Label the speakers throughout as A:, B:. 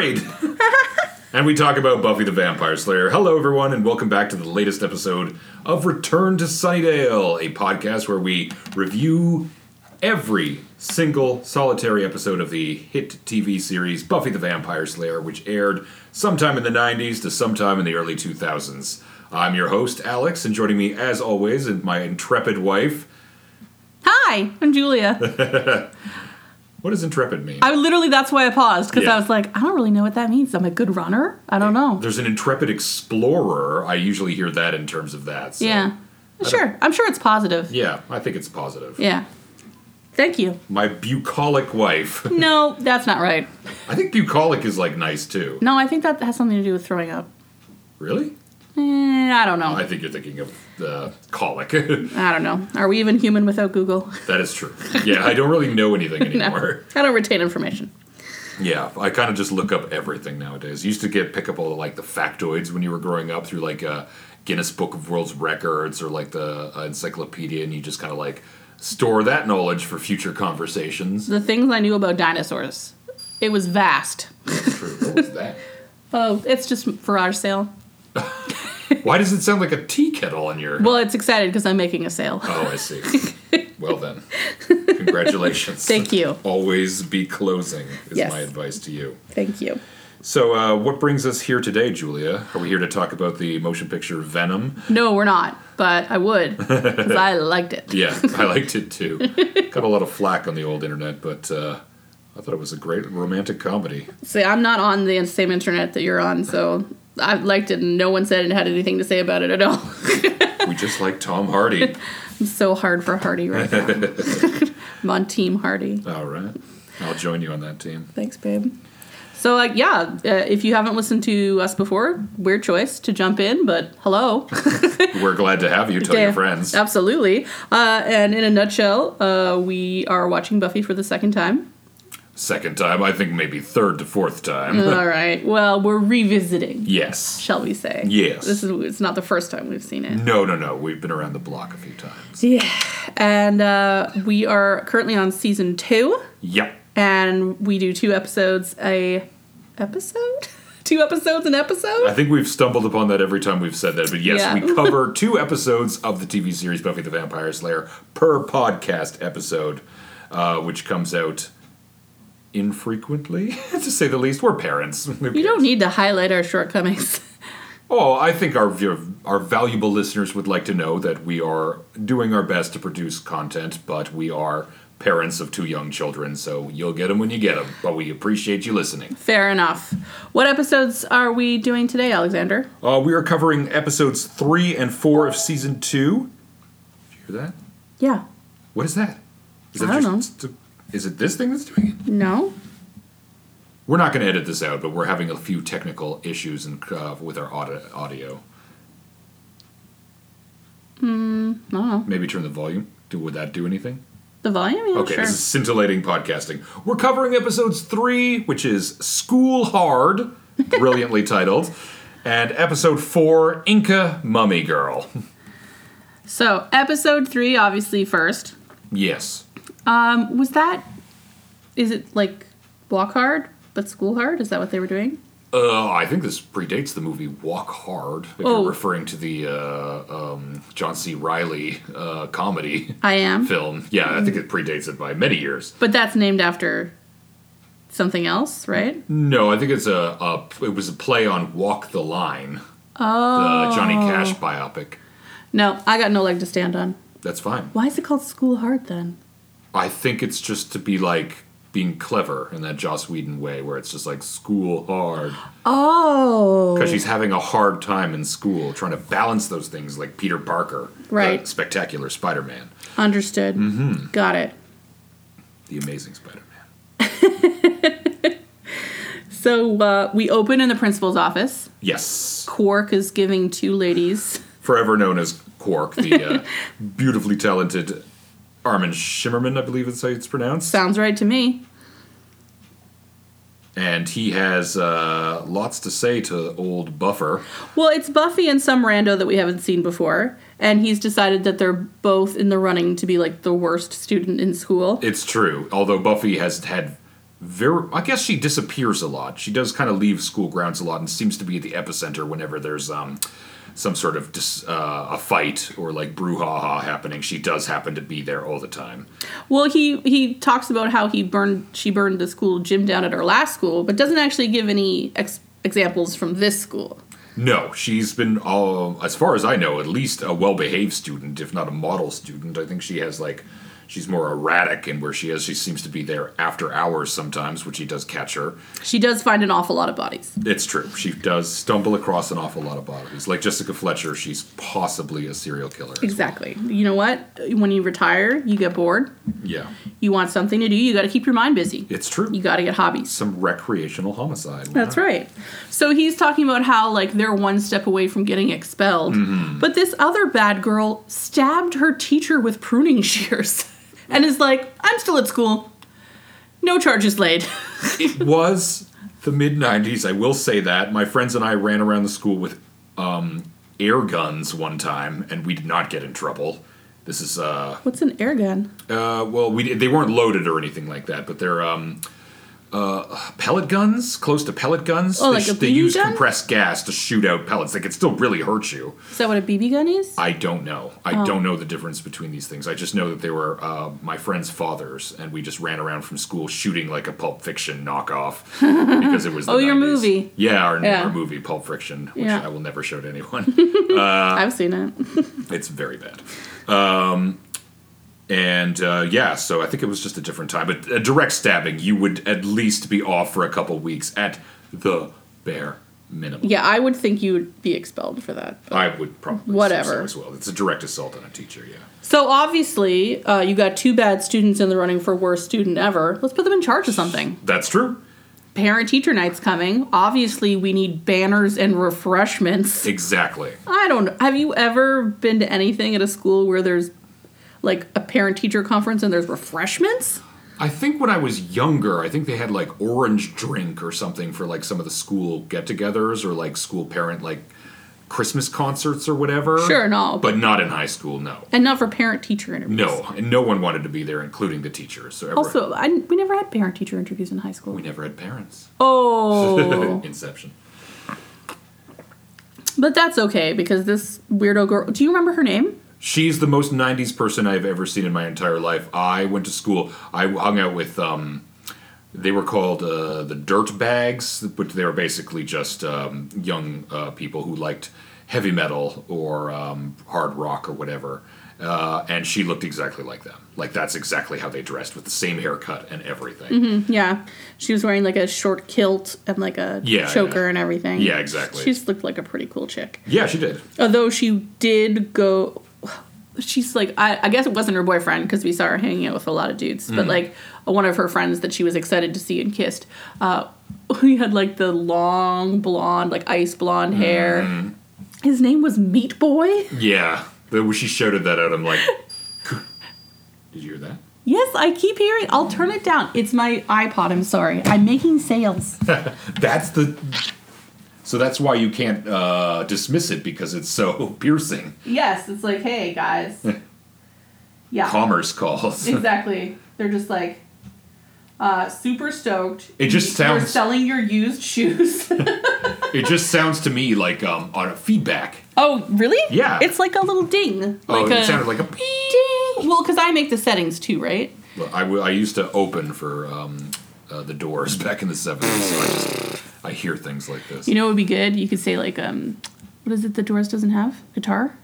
A: And we talk about Buffy the Vampire Slayer. Hello, everyone, and welcome back to the latest episode of Return to Sunnydale, a podcast where we review every single solitary episode of the hit TV series Buffy the Vampire Slayer, which aired sometime in the 90s to sometime in the early 2000s. I'm your host, Alex, and joining me, as always, is my intrepid wife.
B: Hi, I'm Julia.
A: What does intrepid mean?
B: I literally, that's why I paused because
A: Yeah.
B: I was like, I don't really know what that means. I'm a good runner. I don't know.
A: There's an intrepid explorer. I usually hear that in terms of that. so-
B: Yeah. Sure. I'm sure it's positive.
A: Yeah, I think it's positive.
B: Yeah. Thank you.
A: My bucolic wife.
B: No, that's not right.
A: I think bucolic is like nice too.
B: No, I think that has something to do with throwing up.
A: Really?
B: Eh, I don't know.
A: I
B: I,
A: think you're thinking of uh, colic. that
B: don't know. Are we even human without Google?
A: is true. Yeah, I don't really know anything anymore.
B: I don't retain information.
A: Yeah, I kind of just look up everything nowadays. You used to get pick up all like the factoids when you were growing up through like uh, Guinness Book of World's Records or like the uh, encyclopedia, and you just kind of like store that knowledge for future conversations.
B: The things I knew about dinosaurs, it was vast.
A: True. What was that?
B: Oh, it's just garage sale.
A: Why does it sound like a tea kettle on your?
B: Well, it's excited because I'm making a sale.
A: Oh, I see. well then, congratulations.
B: Thank you.
A: Always be closing is
B: Yes.
A: my advice to you.
B: Thank you.
A: So, uh, what brings us here today, Julia? Are we here to talk about the motion picture Venom?
B: No, we're not, but I would because I liked it.
A: Yeah, I liked it too. Got a lot of flack on the old internet, but uh, I thought it was a great romantic comedy.
B: See, I'm not on the same internet that you're on, so I liked it, and no one said and had anything to say about it at all.
A: We just like Tom Hardy.
B: It's so hard for Hardy right now. I'm on Team Hardy.
A: All right. I'll join you on that team.
B: Thanks, babe. So, like, yeah, uh, if you haven't listened to us before, weird choice to jump in, but hello.
A: We're glad to have you. Tell
B: Yeah,
A: your friends.
B: Oh. Absolutely. Uh, and in a nutshell, uh, we are watching Buffy for the second time.
A: Second time, I think maybe third to fourth time.
B: All right. Well, we're revisiting,
A: yes.
B: shall we say?
A: Yes.
B: This is it's not the first time we've seen it.
A: No, no, no. We've been around the block a few times.
B: Yeah. And uh, we are currently on season two,
A: Yep.
B: and we do two episodes a episode, two episodes an
A: I
B: episode.
A: think we've stumbled upon that every time we've said that, but yes,
B: Yeah.
A: we cover two episodes of the TV series Buffy the Vampire Slayer per podcast episode, uh, which comes out infrequently, to say the least. We're parents.
B: You don't need to highlight our shortcomings.
A: Oh, I think our view- our valuable listeners would like to know that we are doing our best to produce content, but we are parents of two young children, so you'll get them when you get them. But we appreciate you listening.
B: Fair enough. What episodes are we doing today, Alexander?
A: Uh, we are covering episodes three and four of season two. Did you hear that?
B: Yeah.
A: What is that? Is
B: I
A: that
B: don't
A: just- Is it this thing that's doing it?
B: No.
A: We're not going to edit this out, but we're having a few technical issues and uh, with our audi- audio.
B: Hmm, No.
A: Maybe turn the volume. Do, would that do anything?
B: The volume. Yeah,
A: Okay,
B: Oh, Sure.
A: this is scintillating podcasting. We're covering episodes three, which is School Hard, brilliantly titled, and episode four, Inca Mummy Girl.
B: So episode three, obviously first.
A: yes.
B: Um, was that? Is it like walk hard but school hard? Is that what they were doing?
A: Uh, I think this predates the movie Walk Hard, if
B: Oh.
A: you're referring to the uh, um, John C. Riley uh, comedy
B: I am.
A: film. Yeah, I think it predates it by many years.
B: But that's named after something else, right?
A: No, I think it's a, a it was a play on Walk the Line, the
B: Oh
A: Johnny Cash biopic.
B: no, I got no leg to stand on.
A: That's fine.
B: Why is it called School Hard then?
A: I think it's just to be like being clever in that Joss Whedon way, where it's just like school hard
B: Oh,
A: because she's having a hard time in school trying to balance those things, like Peter Parker, the
B: Right.
A: spectacular Spider-Man,
B: understood. Got it.
A: the Amazing Spider-Man.
B: So uh, we open in the principal's office.
A: Yes.
B: Quark is giving two ladies.
A: Forever known as Quark, the uh, beautifully talented Armin Shimmerman, I believe is how it's pronounced.
B: Sounds right to me.
A: And he has uh, lots to say to old Buffer.
B: Well, it's Buffy and some rando that we haven't seen before, and he's decided that they're both in the running to be like the worst student in school.
A: It's true, although Buffy has had very. I guess she disappears a lot. She does kind of leave school grounds a lot and seems to be at the epicenter whenever there's um, some sort of dis, uh, a fight or like brouhaha happening. She does happen to be there all the time.
B: Well, he he talks about how he burned she burned the school gym down at her last school, but doesn't actually give any ex- examples from this school.
A: No, she's been, uh, as far as I know, at least a well behaved student, if not a model student. I think she has, like, she's more erratic in where she is. She seems to be there after hours sometimes, which he does catch her.
B: She does find an awful lot of bodies.
A: It's true. She does stumble across an awful lot of bodies. Like Jessica Fletcher, she's possibly a serial killer.
B: Exactly. You know what? When you retire, you get bored.
A: Yeah,
B: You want something to do. You got to keep your mind busy.
A: it's true.
B: You got to get hobbies.
A: Some recreational homicide.
B: That's right. So he's talking about how like they're one step away from getting expelled, but this other bad girl stabbed her teacher with pruning shears, and is like, "I'm still at school. No charges laid."
A: It was the mid 90s, I will say that. My friends and I ran around the school with um, air guns one time, and we did not get in trouble. This is, uh,
B: What's an air gun?
A: uh well, we they weren't loaded or anything like that, but they're, um, uh, pellet guns, close to pellet guns.
B: Oh,
A: they
B: like a
A: they
B: BB
A: use
B: gun?
A: compressed gas to shoot out pellets. They could still really hurt you.
B: Is that what a BB gun is?
A: I don't know. I
B: Oh.
A: don't know the difference between these things. I just know that they were uh, my friend's fathers, and we just ran around from school shooting like a Pulp Fiction knockoff because it was. The
B: Oh, your
A: 90s.
B: movie.
A: Yeah our,
B: Yeah.
A: our movie Pulp Fiction, which
B: Yeah.
A: I will never show to anyone.
B: I've seen it.
A: it's very bad. Um, and uh, yeah, so I think it was just a different time. But a direct stabbing, you would at least be off for a couple weeks at the bare minimum.
B: Yeah, I would think you would be expelled for that.
A: I would probably
B: Whatever.
A: say so as well. It's a direct assault on a teacher. Yeah.
B: So obviously, uh, you got two bad students in the running for worst student ever. Let's put them in charge of something.
A: That's true.
B: Parent teacher night's coming. Obviously, we need banners and refreshments.
A: Exactly.
B: I don't know. Have you ever been to anything at a school where there's like a parent teacher conference and there's refreshments?
A: I think when I was younger, I think they had like orange drink or something for like some of the school get-togethers or like school parent like Christmas concerts or whatever.
B: Sure, no.
A: but not in high school. No,
B: And not for parent teacher interviews.
A: no, and no one wanted to be there, including the teachers. So everyone,
B: Also, I, we never had parent teacher interviews in high school.
A: we never had parents.
B: Oh.
A: Inception.
B: but that's okay because this weirdo girl. Do you remember her name?
A: She's the most '90s person I've ever seen in my entire life. I went to school. I hung out with. Um, they were called uh, the Dirt Bags, but they were basically just um, young uh, people who liked heavy metal or um, hard rock or whatever. Uh, and she looked exactly like them. Like that's exactly how they dressed, with the same haircut and everything.
B: Yeah. She was wearing like a short kilt and like a
A: Yeah,
B: choker
A: yeah.
B: and everything.
A: Yeah, exactly.
B: She just looked like a pretty cool chick.
A: Yeah, she did.
B: Although she did go, she's like, I, I guess it wasn't her boyfriend because we saw her hanging out with a lot of dudes,
A: Mm.
B: but like one of her friends that she was excited to see and kissed. Uh, he had like the long blonde, like ice blonde hair.
A: Mm-hmm.
B: His name was Meat Boy.
A: Yeah, The- when she shouted that out, I'm like, did you hear that?
B: Yes, I keep hearing. I'll turn it down. It's my iPod. I'm sorry. I'm making sales.
A: That's the. So that's why you can't uh, dismiss it because it's so piercing.
B: yes, it's like, hey guys. yeah.
A: Commerce calls.
B: exactly. They're just like uh, super stoked.
A: It just
B: You're
A: sounds.
B: selling your used shoes.
A: It just sounds to me like um, on a feedback.
B: oh, really?
A: Yeah.
B: It's like a little ding.
A: Oh,
B: like
A: it
B: a,
A: sounded like a beep.
B: ding. Well, because I make the settings too, right?
A: Well, I, w- I used to open for um, uh, the Doors back in the seventies. So I, just, I hear things like this.
B: You know, it would be good. You could say like, um, what is it? The Doors doesn't have guitar,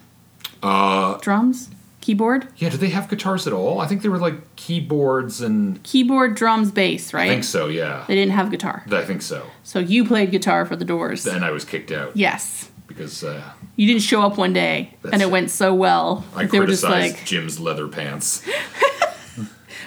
B: uh, drums, keyboard,
A: yeah, do they have guitars at all? I think they were like keyboards and.
B: keyboard, drums, bass, right?
A: I think so. Yeah,
B: They didn't have guitar,
A: I think so.
B: so you played guitar for the Doors.
A: And I was kicked out
B: yes.
A: because uh,
B: You didn't show up one day, and
A: That's-
B: it went so well.
A: I
B: they were just
A: criticized
B: like,
A: Jim's leather pants.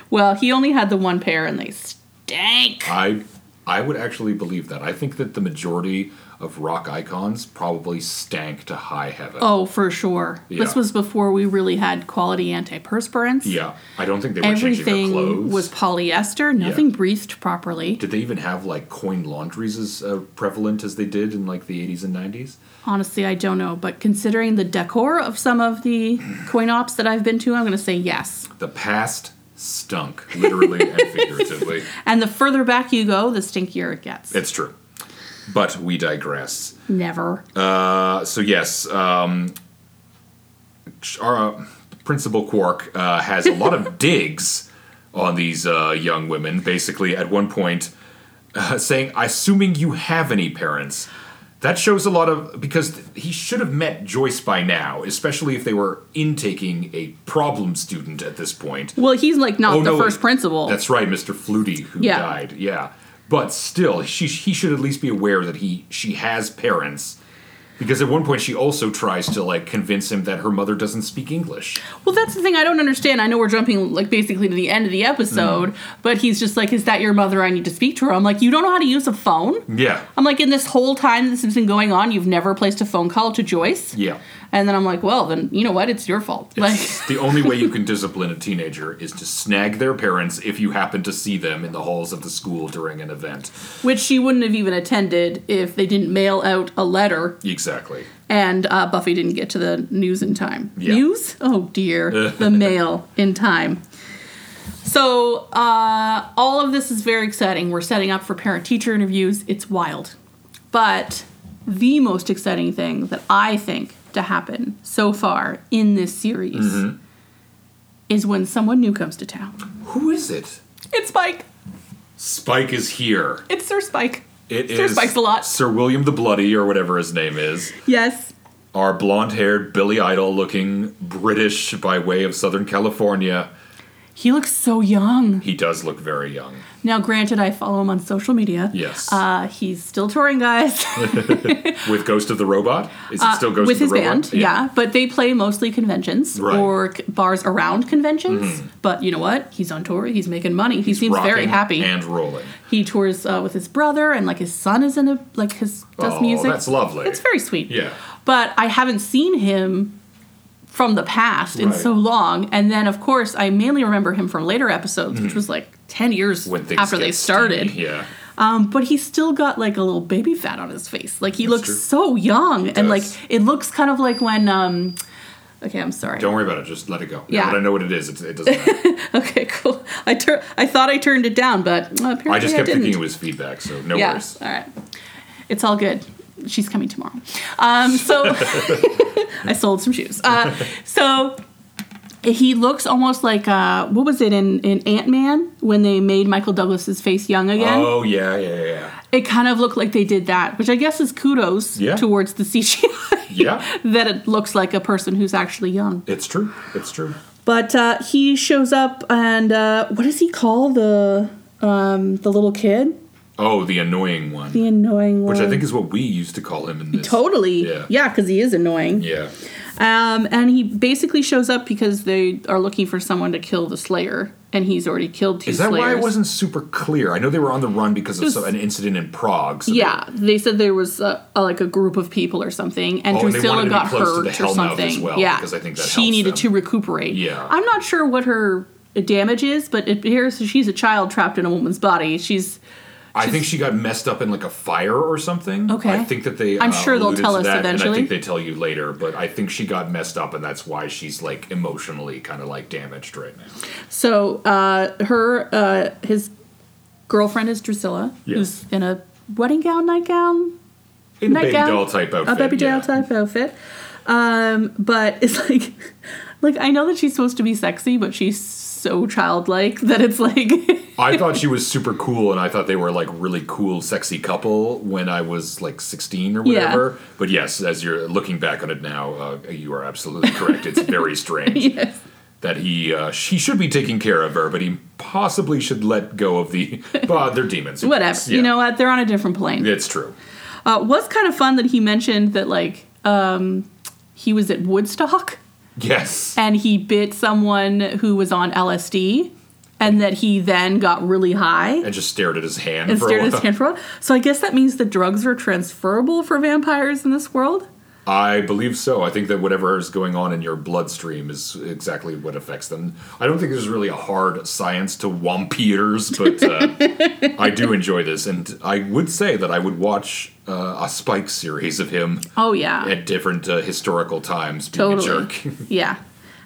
B: Well, he only had the one pair and they stank.
A: I I would actually believe that. I think that the majority of rock icons probably stank to high heaven.
B: Oh, for sure. This
A: Yeah.
B: was before we really had quality antiperspirants.
A: Yeah, I don't think they were changing their
B: Everything
A: clothes.
B: was polyester. Nothing breathed properly.
A: Did they even have like coin laundries as uh, prevalent as they did in like the 80s and 90s?
B: Honestly, I don't know, but considering the decor of some of the coin ops that I've been to, I'm going to say yes.
A: The past stunk, literally and figuratively.
B: And the further back you go, the stinkier it gets.
A: It's true. But we digress.
B: Never.
A: Uh, so, yes, um, our uh, Principal Quark uh, has a lot of digs on these uh, young women, basically, at one point uh, saying, assuming you have any parents. That shows a lot of because he should have met Joyce by now, especially if they were intaking a problem student at this point.
B: well, he's like not the first
A: wait.
B: principal.
A: Oh, That's right, Mr. Flutie, who
B: Yeah.
A: died. Yeah, but still, she he should at least be aware that he she has parents, because at one point she also tries to like convince him that her mother doesn't speak English.
B: well, that's the thing I don't understand. I know we're jumping like basically to the end of the episode, but he's just like, "Is that your mother? I need to speak to her." I'm like, "You don't know how to use a phone."
A: Yeah,
B: I'm like, "In this whole time this has been going on, you've never placed a phone call to Joyce."
A: yeah.
B: And then I'm like, "Well, then you know what? It's your fault." like,
A: It's the only way you can discipline a teenager is to snag their parents if you happen to see them in the halls of the school during an event.
B: which she wouldn't have even attended if they didn't mail out a letter
A: Exactly.
B: and uh, Buffy didn't get to the news in time.
A: Yeah.
B: News? Oh dear, the mail in time. So uh, all of this is very exciting. We're setting up for parent-teacher interviews. It's wild, but the most exciting thing that I think to happen so far in this series
A: Mm-hmm.
B: is when someone new comes to town.
A: Who is it?
B: It's Spike.
A: Spike is here.
B: It's Sir Spike.
A: It is
B: Sir Spike's a lot.
A: Sir William the Bloody or whatever his name is.
B: Yes.
A: our blonde-haired Billy Idol looking British by way of Southern California.
B: He looks so young.
A: He does look very young.
B: Now, granted, I follow him on social media.
A: Yes.
B: Uh, he's still touring, guys,
A: with Ghost of the Robot? Is it still Ghost
B: Uh, with
A: of the
B: his
A: Robot?
B: band. Yeah. but they play mostly conventions
A: Right. Mm-hmm.
B: or c- bars around conventions. But you know what? He's on tour. He's making money. He seems very
A: Rocking
B: happy.
A: and rolling.
B: he tours uh, with his brother, and like his son is in a like his does
A: oh,
B: music.
A: that's lovely.
B: It's very sweet.
A: Yeah.
B: But I haven't seen him from the past in
A: Right.
B: so long, and then of course I mainly remember him from later episodes, which was like ten years
A: Mm-hmm. when things
B: after
A: get
B: they started.
A: steamy, Yeah.
B: Um, but he's still got like a little baby fat on his face. Like he looks
A: true.
B: so young, and like
A: does.
B: it looks kind of like when. Um, okay, I'm sorry.
A: Don't worry about it. Just let it go.
B: Yeah.
A: Now that I know what it is, it, it doesn't matter.
B: Okay, cool. I tur- I thought I turned it down, but uh, apparently
A: I just kept
B: didn't.
A: thinking it was feedback, so no
B: yeah. Oh,
A: worries.
B: All right. It's all good. She's coming tomorrow. Um, so I sold some shoes. Uh, so he looks almost like uh, what was it in, in Ant Man when they made Michael Douglas's face young again?
A: Oh, yeah, yeah, yeah, yeah.
B: It kind of looked like they did that, which I guess is kudos
A: Yeah.
B: towards the CGI.
A: Yeah.
B: that it looks like a person who's actually young.
A: It's true. It's true.
B: But uh, he shows up, and uh, what does he call the um, the little kid?
A: Oh, the annoying one.
B: The annoying one.
A: which I think is what we used to call him in this.
B: totally
A: Yeah.
B: yeah, because he is annoying.
A: Yeah.
B: Um, and he basically shows up because they are looking for someone to kill the Slayer, and he's already killed two
A: Is that
B: Slayers.
A: why it wasn't super clear? I know they were on the run because of
B: was-
A: some, an incident in Prague. So they-
B: Yeah, they said there was a, a, like a group of people or something, and
A: Oh, and they
B: Drusilla
A: wanted to be
B: got
A: close to
B: hurt
A: the
B: or
A: Hellmouth
B: something.
A: as well,
B: yeah,
A: because I think that
B: she
A: helps
B: needed
A: them.
B: to recuperate.
A: Yeah.
B: I'm not sure what her damage is, but it appears that she's a child trapped in a woman's body. She's
A: I think she got messed up in like a fire or something.
B: Okay.
A: I think that they. uh,
B: I'm sure they'll
A: alluded
B: tell
A: to
B: us
A: that, And
B: eventually.
A: I think they tell you later, but I think she got messed up, and that's why she's like emotionally kind of like damaged right now.
B: so uh, her uh, his girlfriend is Drusilla,
A: Yes.
B: who's in a wedding gown, nightgown,
A: In a baby
B: Nightgown?
A: doll type outfit.
B: a baby
A: yeah.
B: doll type outfit. Um, but it's like, like I know that she's supposed to be sexy, but she's so childlike that it's like.
A: I thought she was super cool, and I thought they were like really cool, sexy couple when I was like 16 or
B: Yeah.
A: whatever. But yes, as you're looking back on it now, uh, you are absolutely correct. It's very strange.
B: yes.
A: that he uh, he should be taking care of her, but he possibly should let go of the. But they're demons.
B: whatever.
A: Yeah.
B: You know what? They're on a different plane.
A: it's true.
B: Uh, was kind of fun that he mentioned that like um, he was at Woodstock
A: Yes,
B: and he bit someone who was on LSD, and that he then got really high
A: and just stared at his hand
B: and
A: for
B: stared
A: a
B: at
A: while.
B: his hand for a while. So I guess that means the drugs are transferable for vampires in this world.
A: I believe so. I think that whatever is going on in your bloodstream is exactly what affects them. I don't think there's really a hard science to vampires, but uh, I do enjoy this, and I would say that I would watch uh, a Spike series of him
B: Oh yeah,
A: at different uh, historical times being
B: totally.
A: a jerk.
B: yeah.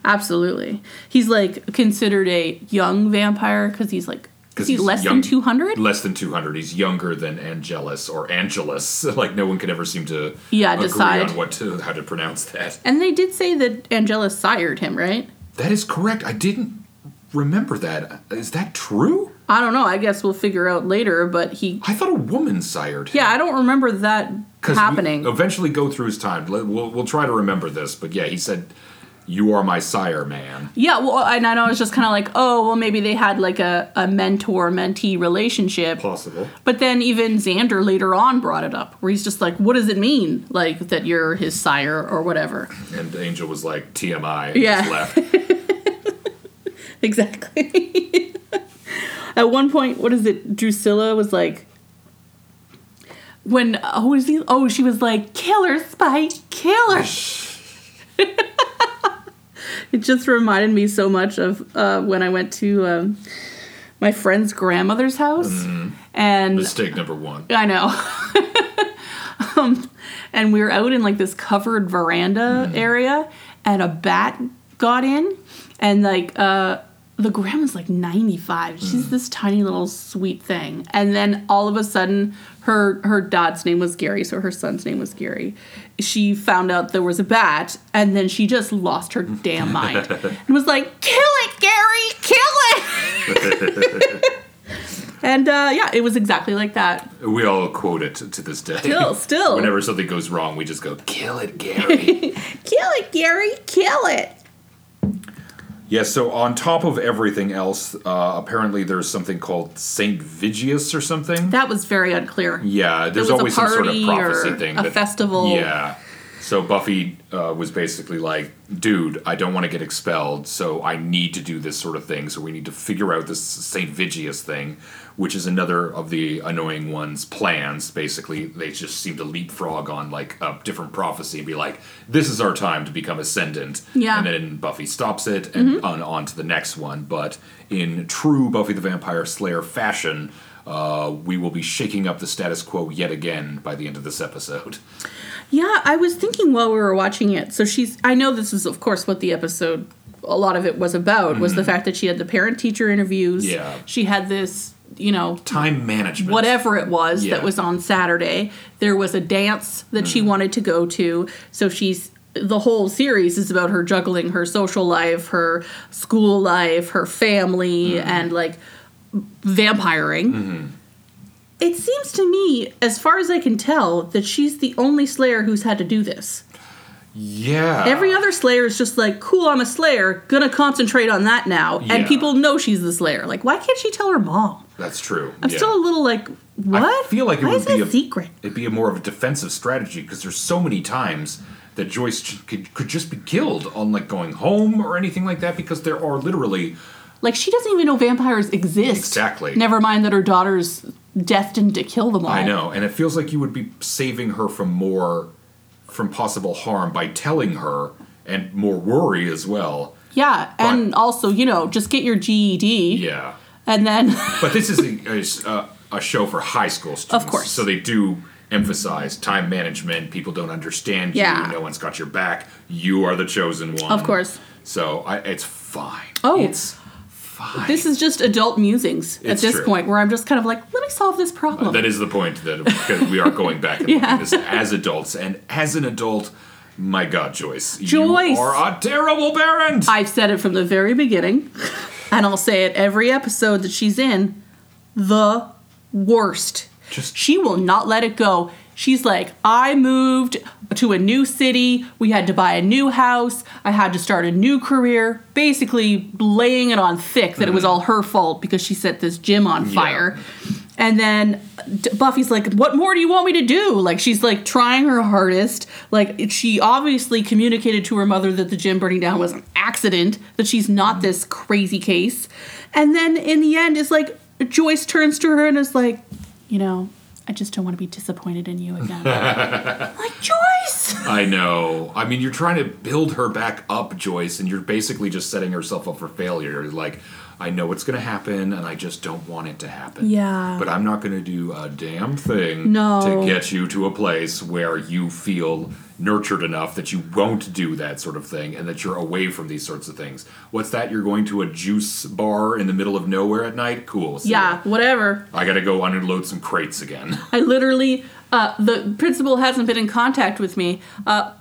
B: Absolutely. He's like considered a young vampire because he's like,
A: 'Cause
B: is he
A: he's
B: less
A: young.
B: than 200?
A: Less than 200. He's younger than Angelus or Angelus. like no one could ever seem to
B: Yeah,
A: agree
B: decide.
A: on what to how to pronounce that.
B: And they did say that Angela sired him, right?
A: That is correct. I didn't remember that. Is that true?
B: I don't know. I guess we'll figure out later, but he.
A: I thought a woman sired him.
B: Yeah, I don't remember that
A: 'Cause we
B: happening.
A: eventually go through his time. Let- We'll, we'll try to remember this, but yeah, he said, "You are my sire, man."
B: yeah, well, and I know it's just kind of like, oh, well, maybe they had like a, a mentor mentee relationship.
A: Possible.
B: But then even Xander later on brought it up, where he's just like, "What does it mean, like that you're his sire or whatever?"
A: And Angel was like TMI. And
B: Yeah.
A: Just left.
B: Exactly. At one point, what is it? Drusilla was like, "When oh is he? Oh, she was like, killer Spike, killer." it just reminded me so much of uh, when I went to um, my friend's grandmother's house, and
A: Mistake number one.
B: I know. um, and we were out in like this covered veranda area, and a bat got in, and like uh, the grandma's like 95. She's this tiny little sweet thing, and then all of a sudden, her her dad's name was Gary, so her son's name was Gary. She found out there was a bat, and then she just lost her damn mind and was like, "Kill it, Gary! Kill it!" And uh, yeah, it was exactly like that.
A: We all quote it to this day.
B: Still, still.
A: Whenever something goes wrong, we just go, "Kill it, Gary."
B: Kill it, Gary! Kill it!
A: yeah. So on top of everything else, uh, apparently there's something called Saint Vigius or something.
B: That was very unclear.
A: yeah. There's
B: was a
A: always some sort of
B: party
A: prophecy
B: or
A: thing.
B: a festival.
A: Yeah. So Buffy uh, was basically like, "Dude, I don't want to get expelled, so I need to do this sort of thing. So we need to figure out this Saint Vigius thing, which is another of the annoying one's plans. Basically, they just seem to leapfrog on like a different prophecy and be like, "This is our time to become ascendant."
B: Yeah. Mm-hmm.
A: And then Buffy stops it and on, on to the next one. But in true Buffy the Vampire Slayer fashion. Uh, we will be shaking up the status quo yet again by the end of this episode.
B: Yeah, I was thinking while we were watching it. So she's. I know this is, of course, what the episode. A lot of it was about was the fact that she had the parent teacher interviews.
A: Mm-hmm. Yeah.
B: She had this, you know,
A: time management.
B: whatever it was
A: Yeah. Mm-hmm.
B: that was on Saturday. There was a dance that she wanted to go to. So she's the whole series is about her juggling her social life, her school life, her family,
A: Mm-hmm.
B: and like vampiring. It seems to me, as far as I can tell, that she's the only Slayer who's had to do this.
A: Yeah.
B: Every other Slayer is just like, cool, I'm a Slayer, gonna concentrate on that now.
A: Yeah.
B: And people know she's the Slayer. Like, why can't she tell her mom?
A: That's true.
B: I'm
A: yeah.
B: still a little like, what?
A: feel like it
B: Why
A: would
B: is that
A: be a-
B: secret.
A: It'd be a more of a defensive strategy because there's so many times that Joyce ch- could, could just be killed on like going home or anything like that because there are literally
B: Like she doesn't even know vampires exist.
A: Exactly.
B: Never mind that her daughter's destined to kill them all.
A: I know, and it feels like you would be saving her from more from possible harm by telling her and more worry as well.
B: Yeah, and also you know just get your GED.
A: Yeah.
B: And then
A: But this is a, is a, a show for high school students.
B: Of course.
A: So they do emphasize time management. People don't understand
B: Yeah.
A: you. No one's got your back. You are the chosen one.
B: Of course.
A: So I, it's fine.
B: Oh.
A: It's fine.
B: this is just adult musings at
A: It's
B: this
A: true.
B: point, where I'm just kind of like, let me solve this problem.
A: That is the point that because we are going back and looking
B: Yeah.
A: at this as adults. And as an adult, my God, Joyce.
B: Joyce.
A: You are a terrible parent.
B: I've said it from the very beginning, and I'll say it every episode that she's in. The worst.
A: Just-
B: she will not let it go. She's like, I moved to a new city. We had to buy a new house. I had to start a new career. Basically, laying it on thick that it was all her fault because she set this gym on fire. And then D- Buffy's like, "What more do you want me to do?" Like she's like trying her hardest. Like it- she obviously communicated to her mother that the gym burning down was an accident, that she's not this crazy case. And then in the end, it's like Joyce turns to her and is like, "You know, I just don't want to be disappointed in you again." like Joyce.
A: I know. I mean, you're trying to build her back up, Joyce, and you're basically just setting herself up for failure. Like, I know what's going to happen, and I just don't want it to happen.
B: Yeah.
A: But I'm not going to do a damn thing
B: No.
A: to get you to a place where you feel nurtured enough that you won't do that sort of thing and that you're away from these sorts of things. What's that? You're going to a juice bar in the middle of nowhere at night? Cool. see ya.
B: yeah, whatever.
A: I got to go unload some crates again.
B: I literally, uh, the principal hasn't been in contact with me. Uh,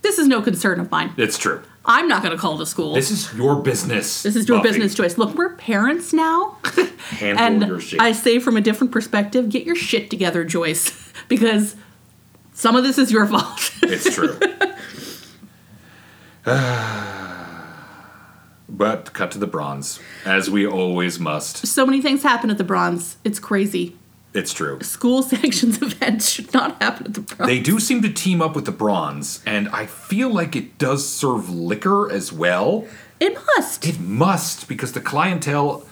B: this is no concern of mine.
A: it's true.
B: I'm not going to call the school.
A: This is your business.
B: This is your
A: Buffy.
B: business choice. Look, we're parents now.
A: Handle
B: and
A: your shit.
B: I say from a different perspective get your shit together, Joyce, because some of this is your fault.
A: It's true. but cut to the bronze, as we always must.
B: so many things happen at the bronze. It's crazy.
A: It's true.
B: School sanctions events should not happen at the bronze.
A: They do seem to team up with the bronze, and I feel like it does serve liquor as well.
B: it must.
A: It must, because the clientele,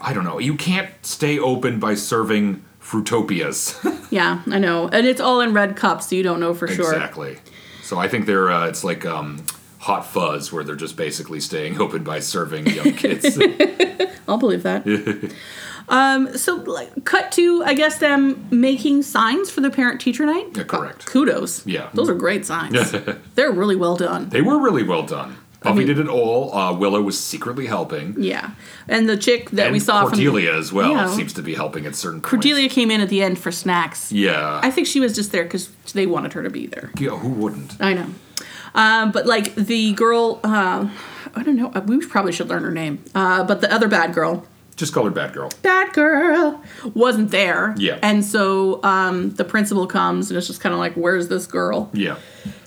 A: I don't know, you can't stay open by serving fruitopias.
B: yeah, I know. And it's all in red cups, so you don't know for sure.
A: exactly. So I think they're, uh, it's like um, Hot Fuzz, where they're just basically staying open by serving young kids.
B: I'll believe that. um, so, like, cut to, I guess, them making signs for the parent teacher night.
A: Yeah, correct.
B: Kudos.
A: Yeah.
B: Those are great signs. They're really well done.
A: They were really well done. Buffy
B: mean-
A: did it all. Uh, Willow was secretly helping.
B: Yeah, and the chick that
A: and
B: we saw
A: Cordelia as well
B: Yeah.
A: seems to be helping at certain
B: from
A: points.
B: Cordelia came in at the end for snacks.
A: Yeah.
B: I think she was just there because they wanted her to be there.
A: yeah. Who wouldn't?
B: I know, um, but like the girl, uh, I don't know. We probably should learn her name. Uh, but the other bad girl,
A: Just call her Bad Girl.
B: bad girl, wasn't there.
A: Yeah.
B: and so um, the principal comes and it's just kind of like, "Where's this girl?"
A: Yeah.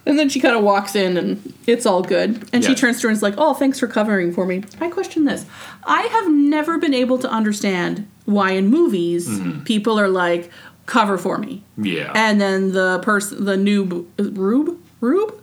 B: And then she kind of walks in and it's all good. And she
A: Yeah.
B: turns to her and is like, Oh, thanks for covering for me. I question this. I have never been able to understand why in movies people are like, cover for me.
A: Yeah.
B: And then the person, the noob, Rube? Rube?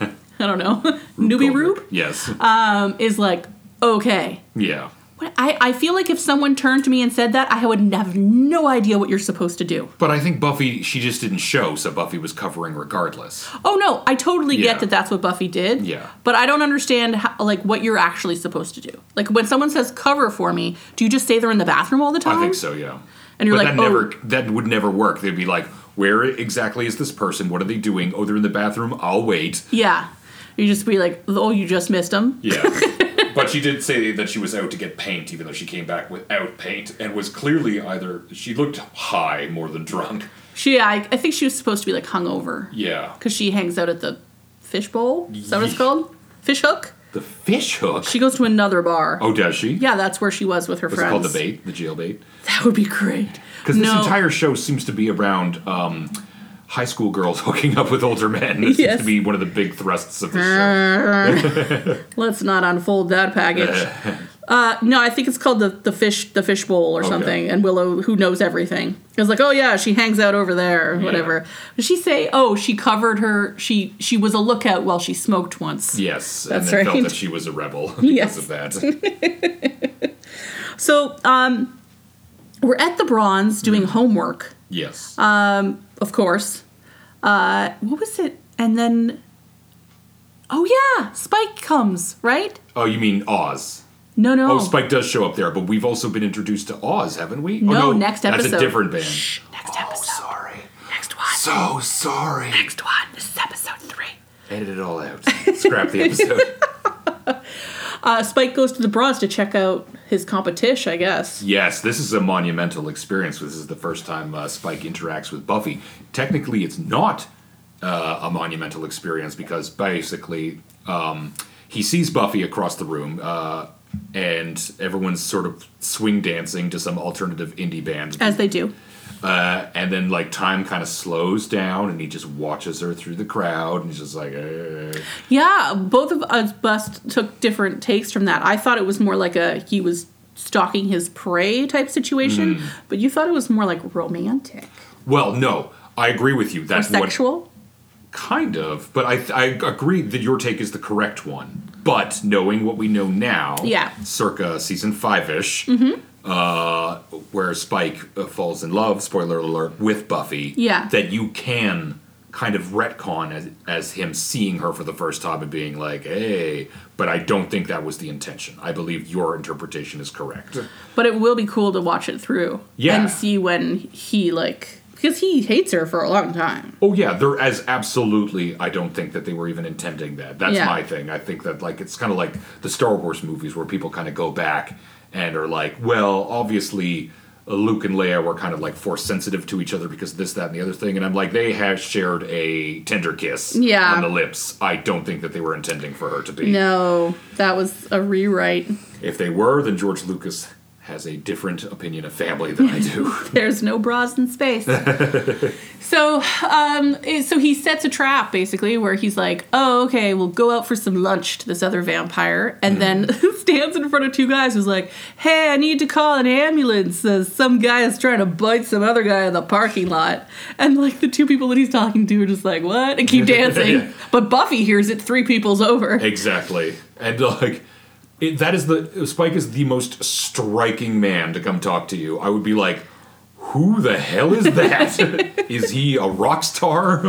B: I don't know. Newbie
A: Goldberg.
B: Rube
A: Yes.
B: um, is like, Okay.
A: yeah.
B: What- I, I feel like if someone turned to me and said that, I would have no idea what you're supposed to do.
A: But I think Buffy, she just didn't show, so Buffy was covering regardless.
B: Oh no, I totally
A: Yeah.
B: get that that's what Buffy did.
A: Yeah.
B: But I don't understand how, like what you're actually supposed to do. Like when someone says cover for me, do you just say they're in the bathroom all the time?
A: I think so. Yeah.
B: Um, And you're
A: but
B: like,
A: that
B: oh.
A: never, that would never work. They'd be like, where exactly is this person? What are they doing? Oh, they're in the bathroom. I'll wait.
B: Yeah. You just be like, "Oh, you just missed them."
A: Yeah. but she did say that she was out to get paint, even though she came back without paint and was clearly either. She looked high more than drunk.
B: She I, I think she was supposed to be like hungover.
A: Yeah.
B: Cuz she hangs out at the fish bowl. Is that what it's
A: Yeesh.
B: called? Fish hook?
A: The fish hook.
B: She goes to another bar.
A: oh, does she?
B: Yeah, that's where she was with her
A: Was it
B: friends.
A: called the bait, the jail bait?
B: That would be great.
A: Because this
B: No.
A: entire show seems to be around um, high school girls hooking up with older men. It seems
B: Yes. Mm.
A: to be one of the big thrusts of the show.
B: Let's not unfold that package. uh, no, I think it's called the, the fish the fish bowl or
A: Okay.
B: something. And Willow, who knows everything, is like, oh yeah, she hangs out over there or whatever. Did she say, oh, she covered her. She she was a lookout while she smoked once.
A: Yes, and
B: That's
A: they felt
B: right.
A: that she was a rebel because
B: Yes.
A: of that.
B: So um, we're at the Bronze doing
A: Mm-hmm.
B: homework,
A: Yes.
B: Uh, of course. Uh, what was it? And then, oh yeah, Spike comes right.
A: oh, you mean Oz?
B: No, no.
A: Oh, Spike does show up there, but we've also been introduced to Oz, haven't we?
B: No,
A: oh,
B: next
A: That's a
B: episode.
A: different band.
B: Shh, next
A: Oh,
B: episode.
A: sorry.
B: Next one.
A: So sorry.
B: Next one. This is episode three.
A: Edit it all out. Scrap the episode.
B: Uh, Spike goes to the bronze to check out his competition, I guess.
A: Yes, this is a monumental experience. This is the first time uh, Spike interacts with Buffy. Technically, it's not uh, a monumental experience because basically um, he sees Buffy across the room, uh, and everyone's sort of swing dancing to some alternative indie band.
B: As they do.
A: Uh, and then, like, time kind of slows down, and he just watches her through the crowd, and he's just like, eh.
B: Yeah, both of us bust took different takes from that. I thought it was more like a he was stalking his prey type situation, but you thought it was more like romantic
A: well, no. I agree with you.
B: or
A: That's what
B: sexual.
A: Kind of, but I, I agree that your take is the correct one. But knowing what we know now,
B: Yeah. Mm-hmm.
A: circa season five ish, uh, where Spike uh, falls in love, spoiler alert, with Buffy,
B: Yeah.
A: that you can kind of retcon as, as him seeing her for the first time and being like, hey, but I don't think that was the intention. I believe your interpretation is correct.
B: But it will be cool to watch it through
A: Yeah.
B: and see when he like because he hates her for a long time.
A: Oh yeah, there as absolutely. I don't think that they were even intending that. That's
B: Yeah.
A: my thing. I think that like it's kind of like the Star Wars movies where people kind of go back and are like, well, obviously uh, Luke and Leia were kind of like force sensitive to each other because of this, that, and the other thing. And I'm like, they have shared a tender kiss
B: Yeah.
A: on the lips. I don't think that they were intending for her to be.
B: No, that was a rewrite.
A: If they were, then George Lucas has a different opinion of family than I do.
B: There's no bras in space. so, um, eh, so he sets a trap basically where he's like, "Oh, okay, we'll go out for some lunch to this other vampire," and
A: Mm-hmm.
B: then stands in front of two guys who's like, "Hey, I need to call an ambulance. Uh, some guy is trying to bite some other guy in the parking lot," and like the two people that he's talking to are just like, "What?" and keep dancing. But Buffy hears it three people's over.
A: Exactly. And like it, that is the Spike is the most striking man to come talk to you. I would be like, who the hell is that? is he a rock star?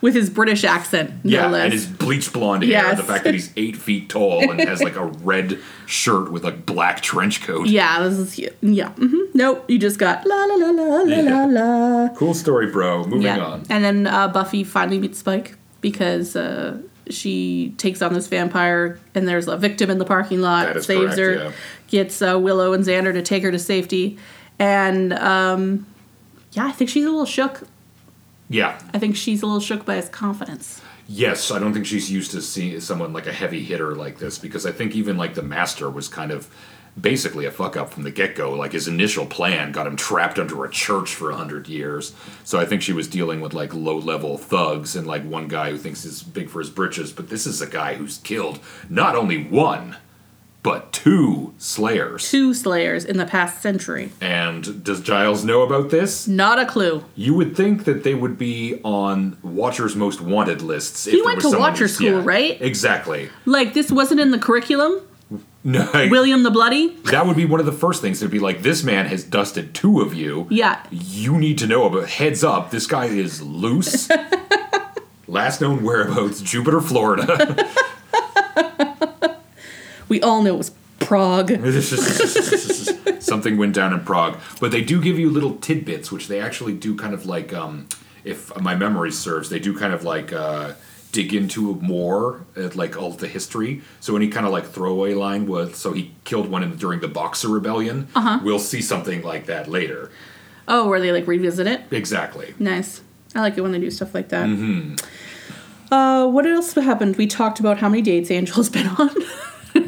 B: with his British accent, no
A: yeah,
B: less.
A: and his bleach blonde hair,
B: Yes.
A: the fact that he's eight feet tall and has like a red shirt with a black trench coat.
B: yeah, this is yeah. mhm. Nope, you just got la la la la la
A: Yeah.
B: la la.
A: Cool story, bro. Moving
B: Yeah,
A: on.
B: and then uh, Buffy finally meets Spike because uh, she takes on this vampire, and there's a victim in the parking lot.
A: That is
B: saves
A: correct,
B: her,
A: yeah.
B: gets uh, Willow and Xander to take her to safety, and um, yeah, I think she's a little shook.
A: Yeah.
B: I think she's a little shook by his confidence.
A: Yes, I don't think she's used to seeing someone like a heavy hitter like this because I think even like the master was kind of basically a fuck up from the get go. Like his initial plan got him trapped under a church for a hundred years. So I think she was dealing with like low level thugs and like one guy who thinks he's big for his britches, but this is a guy who's killed not only one, but two slayers.
B: Two slayers in the past century.
A: And does Giles know about this?
B: Not a clue.
A: You would think that they would be on Watcher's most wanted lists. If
B: He
A: there
B: went
A: was
B: to
A: someone
B: Watcher
A: who's-
B: school,
A: yeah,
B: right?
A: Exactly.
B: Like this wasn't in the curriculum.
A: No, I-
B: William the Bloody.
A: that would be one of the first things. It'd be like, this man has dusted two of you.
B: Yeah.
A: You need to know about heads up. This guy is loose. Last known whereabouts, Jupiter, Florida.
B: We all know it was Prague.
A: Something went down in Prague. But they do give you little tidbits, which they actually do kind of like, um, if my memory serves, they do kind of like uh, dig into more, uh, like all the history. So any kind of like throwaway line was, so he killed one in, during the Boxer Rebellion. Uh-huh. We'll see something like that later.
B: Oh, where they like revisit it.
A: Exactly.
B: Nice. I like it when they do stuff like that.
A: Mm-hmm.
B: Uh, what else happened? We talked about how many dates Angel's been on.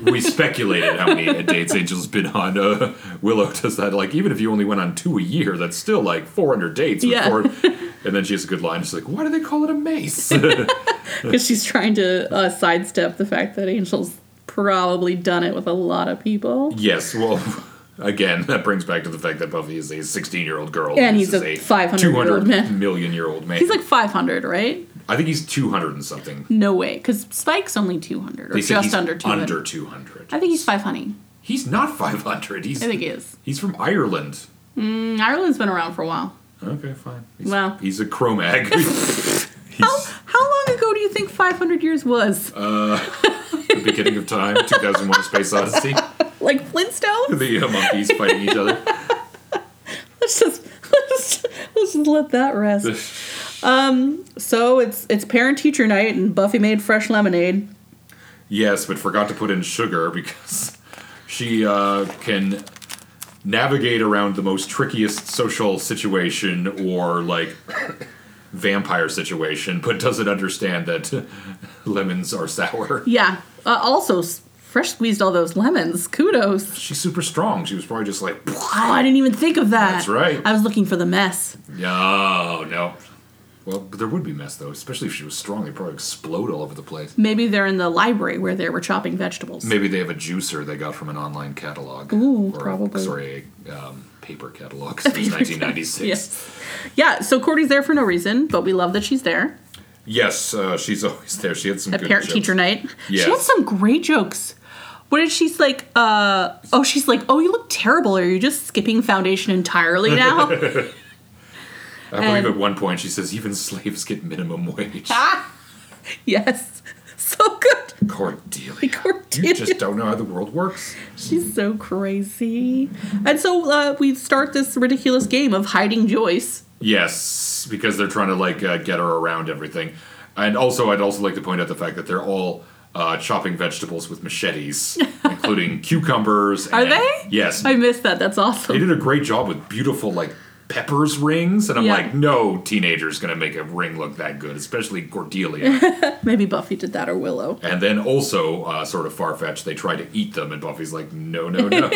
A: We speculated how many dates Angel's been on. Uh, Willow does that. Like, even if you only went on two a year, that's still like 400 dates. with
B: Yeah.
A: four- and then she has a good line. She's like, why do they call it a mace?
B: Because she's trying to uh, sidestep the fact that Angel's probably done it with a lot of people.
A: yes, well, again, that brings back to the fact that Buffy is a 16 year old girl.
B: And
A: This is
B: he's a 500-year-old man.
A: million year old man.
B: He's like 500, right?
A: I think he's 200 and something.
B: No way. Because Spike's only 200 or
A: They say
B: just
A: he's
B: under 200.
A: Under 200.
B: I think he's 500.
A: He's not 500. He's,
B: I think he is.
A: he's from Ireland.
B: Mm, Ireland's been around for a while.
A: Okay, fine. He's,
B: Well. Oh,
A: he's a Cro-Mag. He's-
B: How long ago do you think 500 years was?
A: Uh, the beginning of time, 2001 A Space Odyssey,
B: like Flintstone?
A: the uh, monkeys fighting each other.
B: Let's just, let's just let's just let that rest. So it's it's parent teacher night and Buffy made fresh lemonade.
A: yes, but forgot to put in sugar because she uh, can navigate around the most trickiest social situation or like vampire situation, but doesn't understand that lemons are sour.
B: Yeah. Uh, also, s- fresh squeezed all those lemons. Kudos.
A: She's super strong. She was probably just like,
B: Oh, I didn't even think of that.
A: That's right.
B: I was looking for the mess.
A: no, no. Well, but there would be mess though, especially if she was strong. They'd probably explode all over the place.
B: Maybe they're in the library where they were chopping vegetables.
A: Maybe they have a juicer they got from an online catalog.
B: Ooh,
A: or,
B: probably.
A: Sorry, a um, paper catalog since 1996. yes,
B: Yes. Yeah. So Cordy's there for no reason, but we love that she's there
A: uh, she's always there. She had some
B: at
A: good
B: parent
A: jokes.
B: teacher night. She had
A: Yes.
B: some great jokes. What did she's like? Uh, oh, she's like, oh, you look terrible. Are you just skipping foundation entirely now?
A: I believe
B: And-
A: at one point she says even slaves get minimum wage.
B: Ah! Yes. So good.
A: Cordelia. You
B: Cordelia.
A: just don't know how the world works.
B: She's so crazy. And so uh, we start this ridiculous game of hiding Joyce.
A: Yes, because they're trying to like uh, get her around everything, and also I'd also like to point out the fact that they're all uh, chopping vegetables with machetes, including cucumbers.
B: Are
A: and-
B: they?
A: Yes,
B: I missed that. That's
A: they
B: awesome.
A: did a great job with beautiful like peppers rings, and I'm
B: Yeah.
A: like, no teenager's gonna make a ring look that good, especially Cordelia.
B: Maybe Buffy did that or Willow.
A: And then also, uh, sort of far fetched, they try to eat them, and Buffy's like, no, no, no.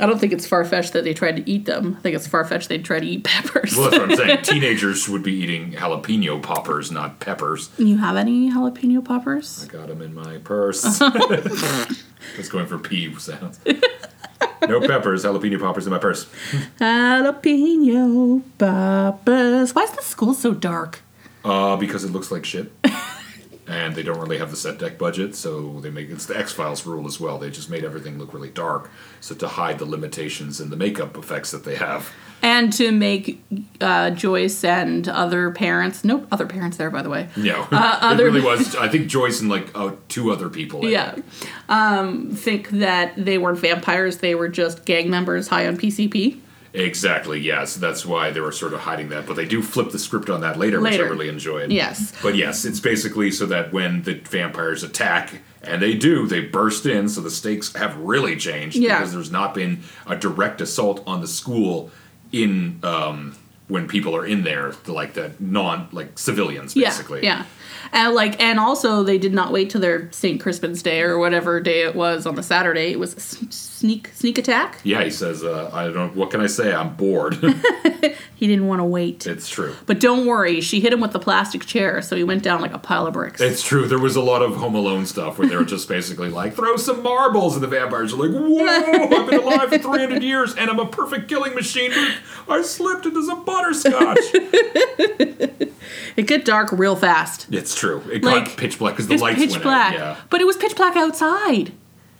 B: I don't think it's far fetched that they tried to eat them. I think it's far fetched they'd try to eat peppers.
A: well, that's what I'm saying. Teenagers would be eating jalapeno poppers, not peppers.
B: you have any jalapeno poppers?
A: I got them in my purse. Just going for pee sounds. No peppers, jalapeno poppers in my purse.
B: Jalapeno poppers. Why is the school so dark?
A: Uh, because it looks like shit. And they don't really have the set deck budget, so they make it's the X Files rule as well. They just made everything look really dark, so to hide the limitations and the makeup effects that they have.
B: And to make uh, Joyce and other parents, no other parents there, by the way,
A: No,
B: Uh, other-
A: it really was. I think Joyce and like uh, two other people. I
B: yeah, um, think that they weren't vampires. They were just gang members high on PCP.
A: Exactly, yeah. So that's why they were sort of hiding that. But they do flip the script on that later, which I
B: Later.
A: really enjoyed.
B: Yes.
A: But yes, it's basically so that when the vampires attack, and they do, they burst in, so the stakes have really changed
B: Yeah.
A: because there's not been a direct assault on the school in um, when people are in there, the- like the non like civilians basically.
B: Yeah, yeah, and like, and also they did not wait till their St. Crispin's Day or whatever day it was on the Saturday. It was a s- sneak sneak attack.
A: Yeah, he says, uh, I don't. What can I say? I'm bored.
B: He didn't want to wait.
A: it's true.
B: But don't worry, she hit him with the plastic chair, so he went down like a pile of bricks.
A: It's true. There was a lot of Home Alone stuff where they were just basically like, throw some marbles, and the vampires are like, whoa, I've been alive for 300 years, and I'm a perfect killing machine, but I slipped into some butterscotch.
B: It got dark real fast.
A: it's true. It got
B: Like,
A: pitch black because
B: It
A: the
B: was
A: lights
B: pitch
A: went
B: black,
A: out. Yeah.
B: but it was pitch black outside.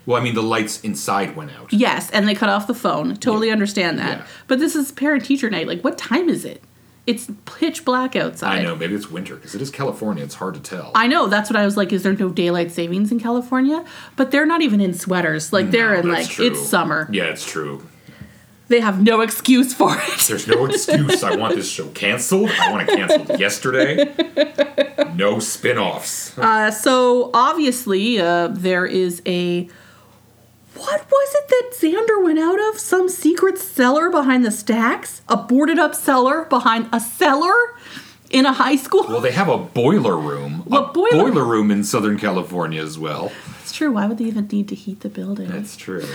A: Well, I mean, the lights inside went out.
B: Yes, and they cut off the phone. Totally understand that.
A: Yeah.
B: But this is parent teacher night. Like, what time is it? It's pitch black outside.
A: I know. Maybe it's winter because it is California. It's hard to tell.
B: I know. That's what I was like. Is there no daylight savings in California? But they're not even in sweaters. Like they're
A: No,
B: in
A: that's
B: like
A: true.
B: it's summer.
A: Yeah, it's true.
B: They have no excuse for it.
A: There's no excuse. I want this show canceled. I want it canceled yesterday. No spin offs.
B: Uh, so obviously, uh, there is a. What was it that Xander went out of? Some secret cellar behind the stacks? A boarded up cellar behind a cellar in a high school?
A: Well, they have a boiler room.
B: Well,
A: a boiler,
B: boiler-
A: room in Southern California as well.
B: It's true. Why would they even need to heat the building?
A: That's true.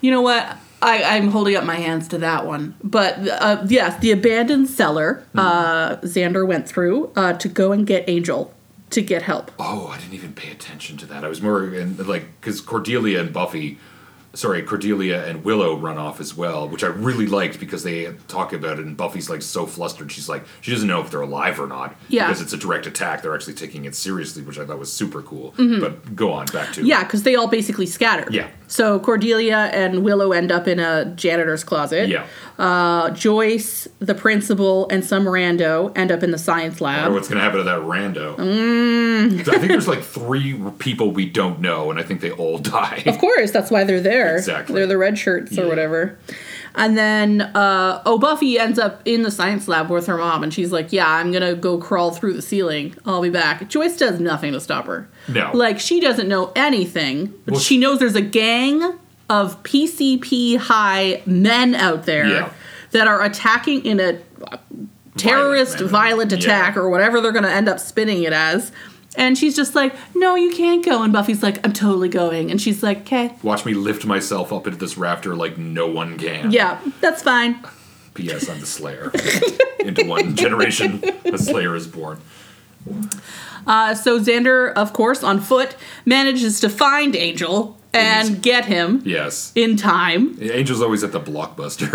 B: You know what? I, I'm holding up my hands to that one. But uh, yes, the abandoned cellar
A: Hmm.
B: uh, Xander went through uh, to go and get Angel to get help.
A: Oh, I didn't even pay attention to that. I was more in, like because Cordelia and Buffy, sorry, Cordelia and Willow run off as well, which I really liked because they talk about it. And Buffy's like so flustered, she's like she doesn't know if they're alive or not.
B: Yeah.
A: because it's a direct attack. They're actually taking it seriously, which I thought was super cool. But go on back to
B: Mm-hmm. Yeah, because they all basically scatter.
A: Yeah.
B: So Cordelia and Willow end up in a janitor's closet.
A: yeah.
B: Uh, Joyce, the principal, and some rando end up in the science
A: I
B: lab.
A: wonder what's going to happen to that rando.
B: Mm.
A: I think there's like three people we don't know, and I think they all die.
B: Of course, that's why they're there.
A: Exactly.
B: They're the red shirts
A: Yeah.
B: or whatever. And then uh oh Buffy ends up in the science lab with her mom and she's like, Yeah, I'm gonna go crawl through the ceiling. I'll be back. Joyce does nothing to stop her.
A: No.
B: Like she doesn't know anything.
A: Well,
B: she knows there's a gang of PCP high men out there
A: Yeah.
B: that are attacking in a terrorist
A: manner.
B: violent attack
A: Yeah.
B: or whatever they're going to end up spinning it as. And she's just like, no, you can't go. And Buffy's like, I'm totally going. And she's like, okay,
A: Watch me lift myself up into this rafter like no one can.
B: yeah, that's fine.
A: P.S. I'm the Slayer. into one generation, a Slayer is born.
B: Uh, so Xander, of course, on foot, manages to find Angel and get him
A: Yes.
B: in time.
A: Angel's always at the blockbuster.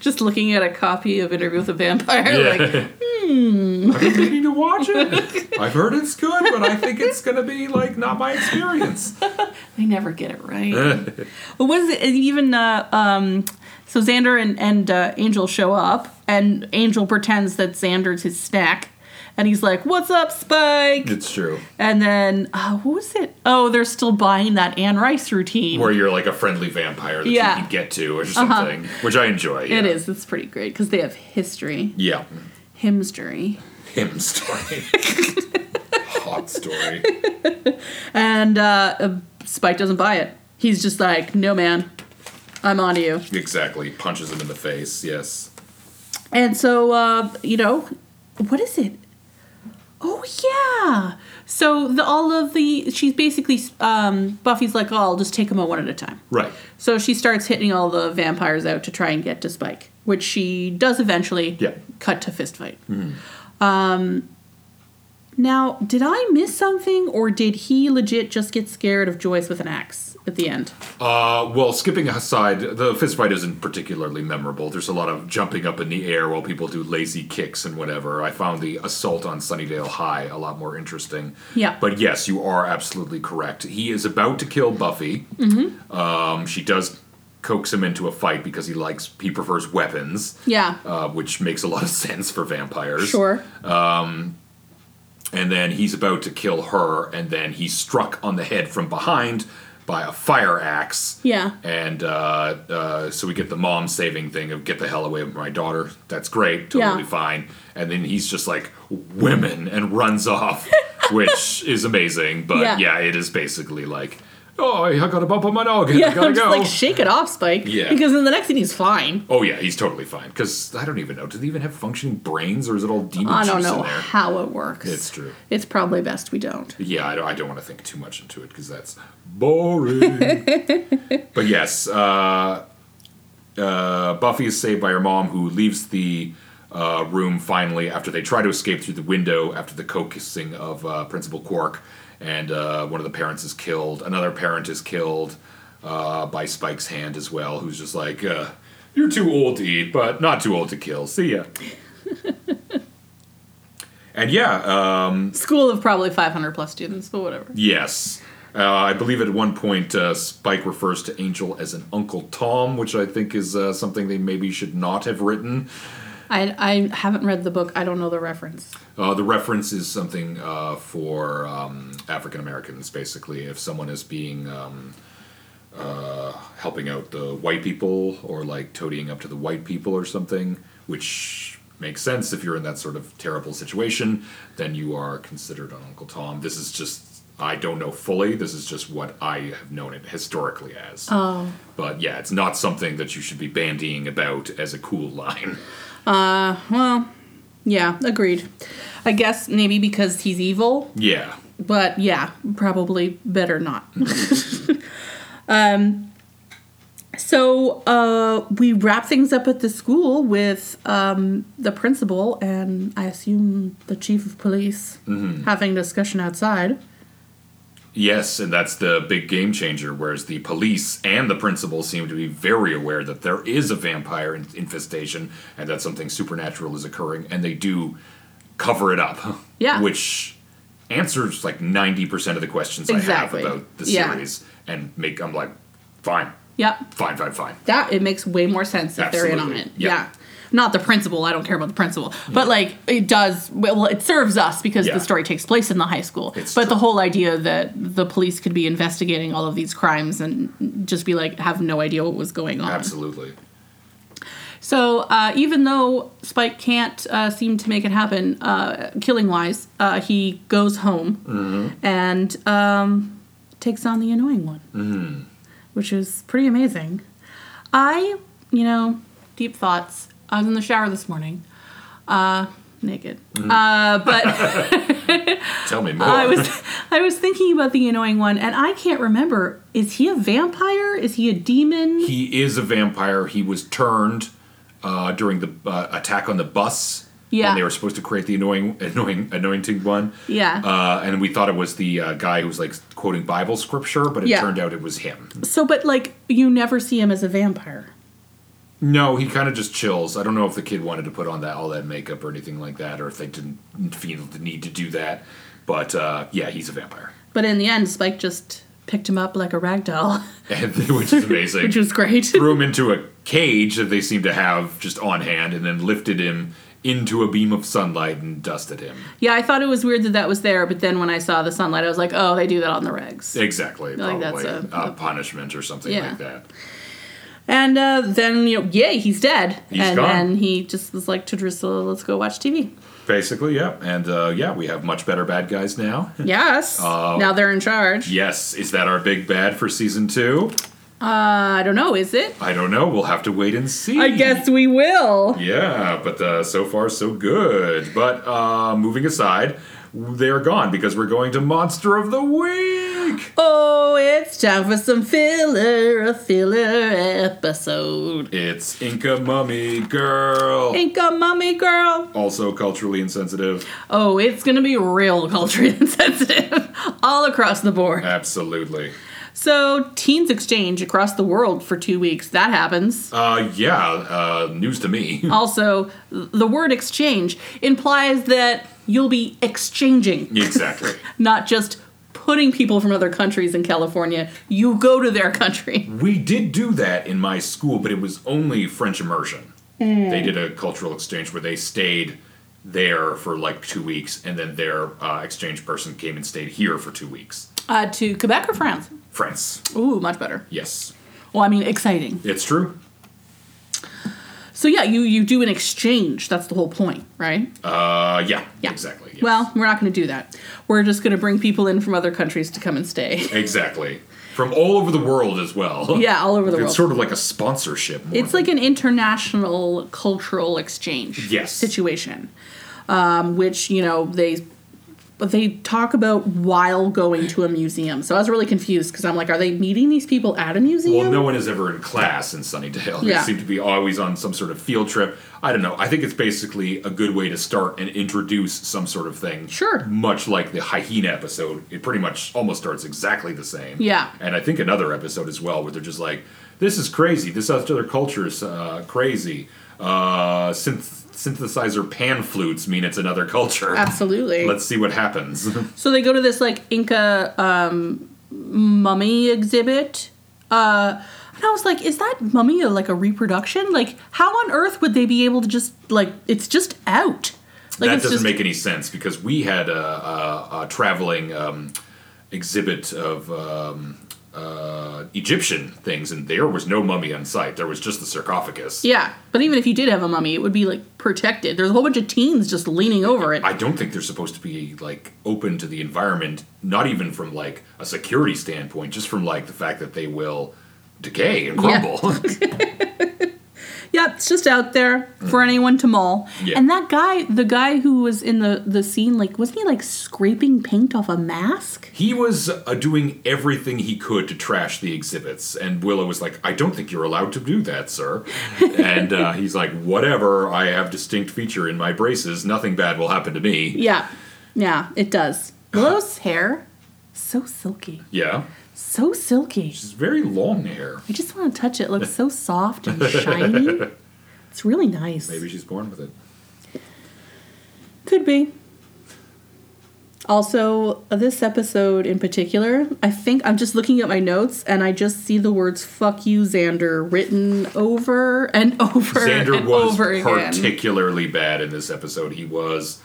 B: Just looking at a copy of Interview with a Vampire,
A: yeah.
B: like, hmm.
A: I've been meaning to watch it. I've heard it's good, but I think it's gonna be like not my experience.
B: They never get it right. what was it? and Even uh, um, so, Xander and and uh, Angel show up, and Angel pretends that Xander's his snack, and he's like, "What's up, Spike?"
A: It's true.
B: And then uh, what was it? Oh, they're still buying that Anne Rice routine.
A: Where you're like a friendly vampire that
B: Yeah. Uh-huh.
A: you can get to or something, which I enjoy.
B: It is. It's pretty great because they have history,
A: Yeah.
B: himstery.
A: Him story. Hot story.
B: And uh, uh, Spike doesn't buy it. He's just like, no, man, I'm on to you.
A: Exactly. Punches him in the face. Yes.
B: And so, uh, you know, what is it? Oh, yeah. So the, all of the, she's basically, um, Buffy's like, oh, I'll just take them out one at a time.
A: Right.
B: So she starts hitting all the vampires out to try and get to Spike, which she does eventually
A: Yeah. Mm-hmm.
B: cut to fist fight. Um, now, did I miss something, or did he legit just get scared of Joyce with an axe at the end?
A: Uh, well, skipping aside, the fist fight isn't particularly memorable. There's a lot of jumping up in the air while people do lazy kicks and whatever. I found the assault on Sunnydale High a lot more interesting.
B: Yeah.
A: But yes, you are absolutely correct. He is about to kill Buffy.
B: Mm-hmm.
A: Um, she does coax him into a fight because he likes he prefers weapons.
B: Yeah.
A: Uh, which makes a lot of sense for vampires.
B: Sure.
A: and then he's about to kill her, and then he's struck on the head from behind by a fire axe.
B: Yeah.
A: And uh, uh, so we get the mom saving thing of get the hell away from my daughter. That's great, totally
B: Yeah.
A: fine. And then he's just like women and runs off, which is amazing. But
B: Yeah.
A: yeah. it is basically like, oh, I got a bump on my dog. and
B: Yeah,
A: I gotta
B: I'm just
A: go.
B: like, shake it off, Spike.
A: Yeah.
B: Because in the next scene, he's fine.
A: oh yeah, he's totally fine. Because I don't even know, do they even have functioning brains, or is it all demon
B: I don't
A: juice
B: know
A: in there?
B: how it works.
A: It's true.
B: It's probably best we don't.
A: yeah, I don't, I don't want to think too much into it because that's boring. but yes, uh, uh, Buffy is saved by her mom, who leaves the uh, room finally after they try to escape through the window after the coaxing of uh, Principal Quark, and uh, one of the parents is killed. Another parent is killed uh, by Spike's hand as well, who's just like, uh, "You're too old to eat, but not too old to kill. See ya." and yeah, uh,
B: School of probably 500 plus students, but whatever.
A: Yes. Uh, I believe at one point uh, Spike refers to Angel as an Uncle Tom, which I think is uh, something they maybe should not have written.
B: I, I haven't read the book. I don't know the reference.
A: Uh, the reference is something uh, for um, African Americans, basically. If someone is being um, uh, helping out the white people or like toadying up to the white people or something, which makes sense if you're in that sort of terrible situation, then you are considered an Uncle Tom. This is just, I don't know fully. This is just what I have known it historically as.
B: Oh.
A: But yeah, it's not something that you should be bandying about as a cool line.
B: Well, yeah, agreed. I guess maybe because he's evil,
A: Yeah.
B: but yeah, probably better not. um, so uh, we wrap things up at the school with um, the principal and I assume the chief of police
A: Mm-hmm.
B: having discussion outside.
A: Yes, and that's the big game changer. Whereas the police and the principal seem to be very aware that there is a vampire in- infestation and that something supernatural is occurring, and they do cover it up.
B: Yeah.
A: Which answers like 90% of the questions
B: Exactly.
A: I have about the
B: Yeah.
A: series and make, I'm like, fine,
B: Yep,
A: fine, fine, fine.
B: that it makes way more sense if they're in on
A: Absolutely.
B: it.
A: Yeah.
B: Yeah. Not the principal, I don't care about the principal. But like it does well it serves us because
A: Yeah.
B: the story takes place in the high school.
A: It's
B: but the
A: true.
B: whole idea that the police could be investigating all of these crimes and just be like have no idea what was going on.
A: Absolutely.
B: So uh, even though Spike can't uh, seem to make it happen, uh, killing wise, uh, he goes home
A: Mm-hmm.
B: and um, takes on the annoying one,
A: Mm-hmm.
B: which is pretty amazing. I, you know, deep thoughts. I was in the shower this morning, uh, naked, uh, but.
A: Tell me more.
B: I was I was thinking about the annoying one, and I can't remember. Is he a vampire? Is he a demon?
A: he is a vampire. He was turned uh, during the uh, attack on the bus.
B: Yeah.
A: When they were supposed to create the annoying, annoying, anointing one.
B: Yeah.
A: Uh, and we thought it was the uh, guy who was like quoting Bible scripture, but it
B: Yeah.
A: turned out it was him.
B: so, but like you never see him as a vampire.
A: No, he kind of just chills. I don't know if the kid wanted to put on that all that makeup or anything like that, or if they didn't feel the need to do that. But uh, yeah, he's a vampire,
B: But in the end, Spike just picked him up like a rag doll,
A: and, which is amazing.
B: which was great.
A: Threw him into a cage that they seem to have just on hand, and then lifted him into a beam of sunlight and dusted him.
B: yeah, I thought it was weird that that was there, but then when I saw the sunlight, I was like, oh, they do that on the regs.
A: Exactly,
B: Like that's
A: probably a,
B: a-
A: punishment or something
B: Yeah.
A: like that.
B: And uh, then, you know, yay, he's dead.
A: He's
B: and
A: gone.
B: then he just was like, to Drusilla, let's go watch TV.
A: Basically, yeah, and uh, yeah, we have much better bad guys now.
B: Yes.
A: Oh.
B: now they're in charge.
A: yes, is that our big bad for season two?
B: Uh, I don't know, is it?
A: I don't know. We'll have to wait and see.
B: I guess we will.
A: Yeah, but uh, so far so good. But uh, moving aside, they're gone because we're going to Monster of the Week.
B: Oh, it's time for some filler, a filler episode.
A: It's Inca Mummy Girl.
B: Inca Mummy Girl.
A: also culturally insensitive.
B: Oh, it's gonna be real culturally insensitive all across the board.
A: Absolutely.
B: So, teens exchange across the world for two weeks. That happens.
A: Uh, yeah, uh, news to me.
B: Also, the word exchange implies that you'll be exchanging,
A: exactly.
B: not just putting people from other countries in California. You go to their country.
A: We did do that in my school, but it was only French immersion.
B: Hmm.
A: They did a cultural exchange where they stayed there for like two weeks, and then their uh, exchange person came and stayed here for two weeks.
B: Uh, to Quebec or France?
A: France.
B: Ooh, much better.
A: Yes.
B: Well, I mean, exciting.
A: It's true.
B: So, yeah, you, you do an exchange. That's the whole point, right?
A: Uh, yeah,
B: Yeah.
A: exactly. yes.
B: Well, we're not going to do that. We're just going to bring people in from other countries to come and stay.
A: exactly. From all over the world as well.
B: yeah, all over the world.
A: It's sort of like a sponsorship. more
B: It's
A: than-
B: like an international cultural exchange
A: Yes.
B: situation, um, which you know they but they talk about while going to a museum. So I was really confused because I'm like, are they meeting these people at a museum?
A: well, no one is ever in class in Sunnydale. They
B: Yeah.
A: seem to be always on some sort of field trip. I don't know. I think it's basically a good way to start and introduce some sort of thing.
B: Sure.
A: Much like the hyena episode, it pretty much almost starts exactly the same.
B: Yeah.
A: And I think another episode as well where they're just like, "This is crazy. This other culture is uh, crazy." Uh, synth- synthesizer pan flutes mean it's another culture.
B: Absolutely.
A: Let's see what happens.
B: so they go to this like Inca um, mummy exhibit. Uh, and I was like, is that mummy a, like a reproduction? Like, how on earth would they be able to just like? It's just out. Like,
A: that
B: it's
A: doesn't
B: just,
A: make any sense because we had a, a, a traveling um, exhibit of um, uh, Egyptian things, and there was no mummy on site. There was just the sarcophagus.
B: Yeah, but even if you did have a mummy, it would be like protected. There's a whole bunch of teens just leaning over it.
A: I don't think they're supposed to be like open to the environment, not even from like a security standpoint, just from like the fact that they will decay and
B: Yeah.
A: crumble.
B: yeah, it's just out there for anyone to maul.
A: Mm. Yeah.
B: And that guy, the guy who was in the the scene, like wasn't he like scraping paint off a mask?
A: he was uh, doing everything he could to trash the exhibits, and Willow was like, "I don't think you're allowed to do that, sir." and uh, he's like, "Whatever. I have distinct feature in my braces. Nothing bad will happen to me."
B: Yeah, yeah, it does. Willow's hair, so silky,
A: Yeah,
B: so silky.
A: it's very long hair.
B: I just want to touch it. It looks so soft and shiny. It's really nice.
A: Maybe she's born with it.
B: Could be. Also, this episode in particular, I think I'm just looking at my notes and I just see the words "fuck you, Xander" written over and over
A: Xander
B: and
A: was
B: over again.
A: particularly bad in this episode. He was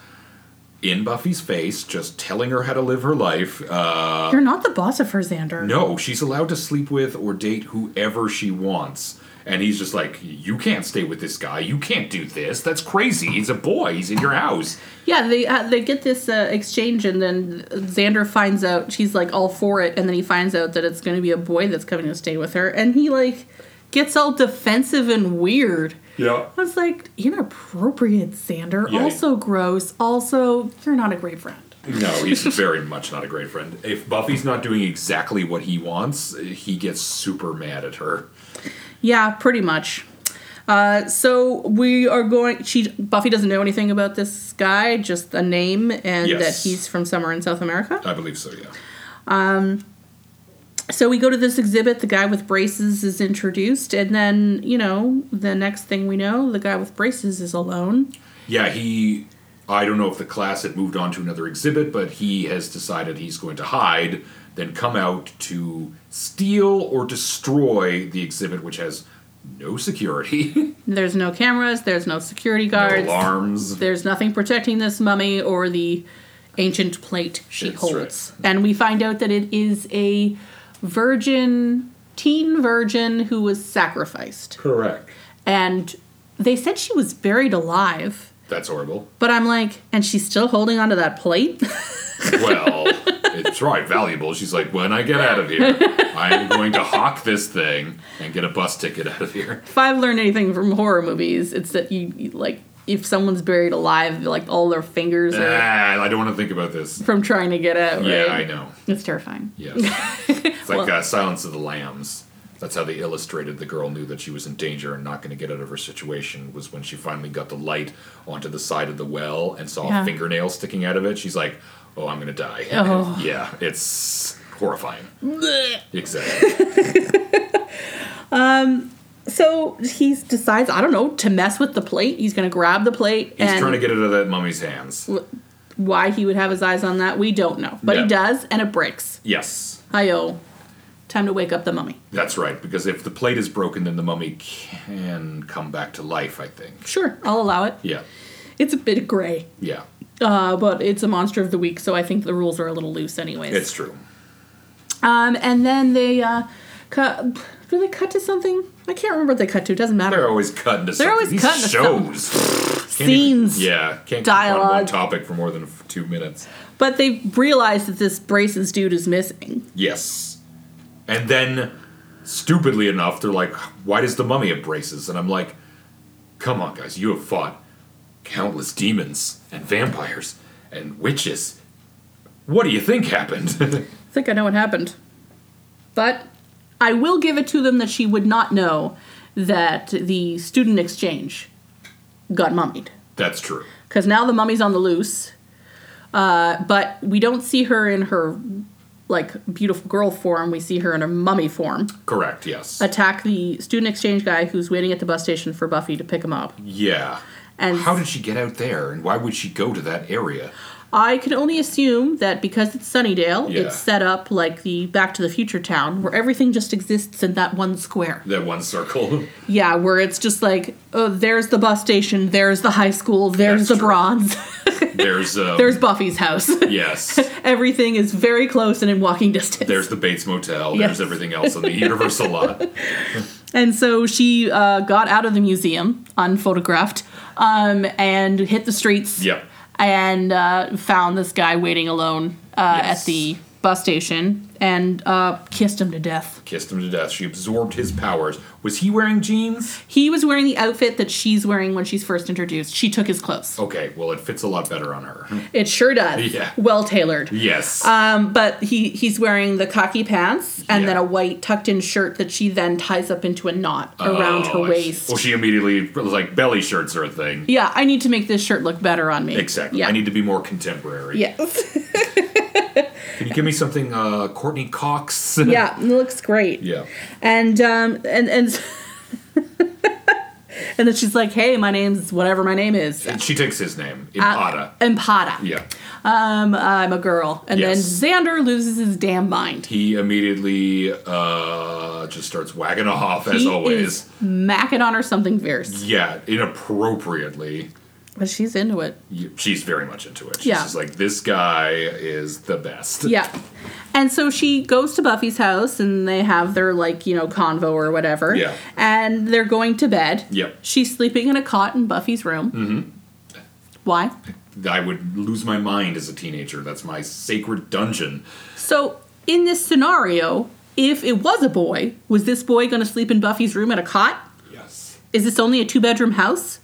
A: in Buffy's face, just telling her how to live her life.
B: You're not the boss of her, Xander.
A: No, she's allowed to sleep with or date whoever she wants. And he's just like, you can't stay with this guy. You can't do this. That's crazy. He's a boy. He's in your house.
B: Yeah, they uh, they get this uh, exchange and then Xander finds out she's like all for it, and then he finds out that it's going to be a boy that's coming to stay with her, and he like gets all defensive and weird.
A: Yeah.
B: I was like, inappropriate, Xander.
A: Yeah.
B: Also gross. Also, you're not a great friend.
A: No, he's very much not a great friend. If Buffy's not doing exactly what he wants, he gets super mad at her.
B: Yeah, pretty much. Uh, so we are going. She Buffy doesn't know anything about this guy, just a name, and
A: Yes.
B: that he's from somewhere in South America.
A: I believe so, yeah.
B: so we go to this exhibit the guy with braces is introduced and then you know the next thing we know the guy with braces is alone
A: Yeah, he. I don't know if the class had moved on to another exhibit, but he has decided he's going to hide, then come out to steal or destroy the exhibit, which has no security,
B: there's no cameras there's no security guards
A: alarms.
B: there's nothing protecting this mummy or the ancient plate she
A: That's
B: holds and we find out that it is a virgin teen virgin who was sacrificed
A: Correct.
B: and they said she was buried alive
A: That's horrible.
B: but i'm like and she's still holding onto that plate
A: Well, it's probably valuable. She's like, when I get out of here, I am going to hawk this thing and get a bus ticket out of here.
B: if I've learned anything from horror movies, it's that you, you, like if someone's buried alive, like all their fingers are
A: Ah, I don't want to think about this.
B: from trying to get out.
A: Yeah,
B: right?
A: I know.
B: It's terrifying.
A: Yes. It's like uh, Silence of the Lambs. That's how they illustrated the girl knew that she was in danger and not going to get out of her situation was when she finally got the light onto the side of the well and saw
B: Yeah.
A: a fingernail sticking out of it. She's like, "Oh, I'm going to die."
B: Oh.
A: yeah, it's horrifying.
B: Blech.
A: Exactly.
B: So he decides, I don't know, to mess with the plate. He's going to grab the plate.
A: He's
B: and
A: trying to get it out of that mummy's hands.
B: why he would have his eyes on that, we don't know. But
A: Yeah.
B: he does, and it breaks.
A: Yes.
B: Hi-yo. Time to wake up the mummy.
A: That's right, because if the plate is broken, then the mummy can come back to life, I think.
B: Sure, I'll allow it.
A: Yeah,
B: It's a bit gray,
A: yeah,
B: uh, but it's a monster of the week, so I think the rules are a little loose, anyways.
A: it's true.
B: Um, and then they uh, cut. Do they cut to something? I can't remember what they cut to. It doesn't matter.
A: They're always cutting to
B: They're always
A: These
B: cutting to something.
A: shows. Can't even-
B: Scenes.
A: yeah, can't keep on one
B: Dialogue.
A: topic for more than f- two minutes.
B: But they realize that this braces dude is missing.
A: Yes, and then stupidly enough, they're like, "Why does the mummy have braces?" And I'm like, "Come on, guys, you have fought countless demons and vampires and witches. What do you think happened?"
B: I think I know what happened. But I will give it to them that she would not know that the student exchange got mummied.
A: That's true.
B: Because now the mummy's on the loose. Uh, but we don't see her in her like beautiful girl form. We see her in her mummy form
A: Correct. Yes.
B: attack the student exchange guy who's waiting at the bus station for Buffy to pick him up.
A: Yeah.
B: And
A: How did she get out there, and why would she go to that area?
B: I can only assume that because it's Sunnydale,
A: Yeah.
B: it's set up like the Back to the Future town where everything just exists in that one square.
A: That one circle.
B: Yeah, where it's just like, oh, there's the bus station, there's the high school,
A: That's
B: there's the
A: true.
B: bronze,
A: There's um,
B: there's Buffy's house.
A: yes.
B: everything is very close and in walking distance.
A: There's the Bates Motel.
B: Yes.
A: There's everything else on the Universal lot.
B: And so she uh, got out of the museum, unphotographed, um, and hit the streets.
A: Yep.
B: And uh, found this guy waiting alone uh,
A: Yes.
B: at the bus station and uh, kissed him to death.
A: Kissed him to death. She absorbed his powers. Was he wearing jeans?
B: He was wearing the outfit that she's wearing when she's first introduced. She took his clothes.
A: Okay. Well, it fits a lot better on her.
B: It sure does.
A: Oh. Yeah.
B: Well tailored.
A: Yes.
B: Um, but he he's wearing the khaki pants and
A: Yeah.
B: then a white tucked in shirt that she then ties up into a knot around her
A: Oh, I see.
B: waist.
A: Well, she immediately was like belly shirts are a thing.
B: yeah, I need to make this shirt look better on me.
A: Exactly.
B: Yeah.
A: I need to be more contemporary.
B: Yes.
A: Can you give me something, uh, Courtney Cox?
B: Yeah, it looks great.
A: yeah.
B: And um and and and then she's like, "Hey, my name's whatever my name is."
A: And she takes his name,
B: Uh,
A: Impada.
B: Impada.
A: yeah.
B: Um, I'm a girl. And
A: Yes.
B: then Xander loses his damn mind.
A: He immediately uh, just starts wagging off, as
B: He
A: always.
B: is macking on her something fierce,
A: Yeah, inappropriately.
B: but she's into it.
A: You- She's very much into it. She's
B: Yeah.
A: just like, this guy is the best.
B: Yeah. And so she goes to Buffy's house and they have their like, you know, convo or whatever.
A: Yeah.
B: And they're going to bed.
A: Yep.
B: She's sleeping in a cot in Buffy's room. Mm-hmm. Why?
A: I would lose my mind as a teenager. That's my sacred dungeon.
B: So in this scenario, if it was a boy, was this boy gonna sleep in Buffy's room at a cot?
A: Yes.
B: Is this only a two bedroom house?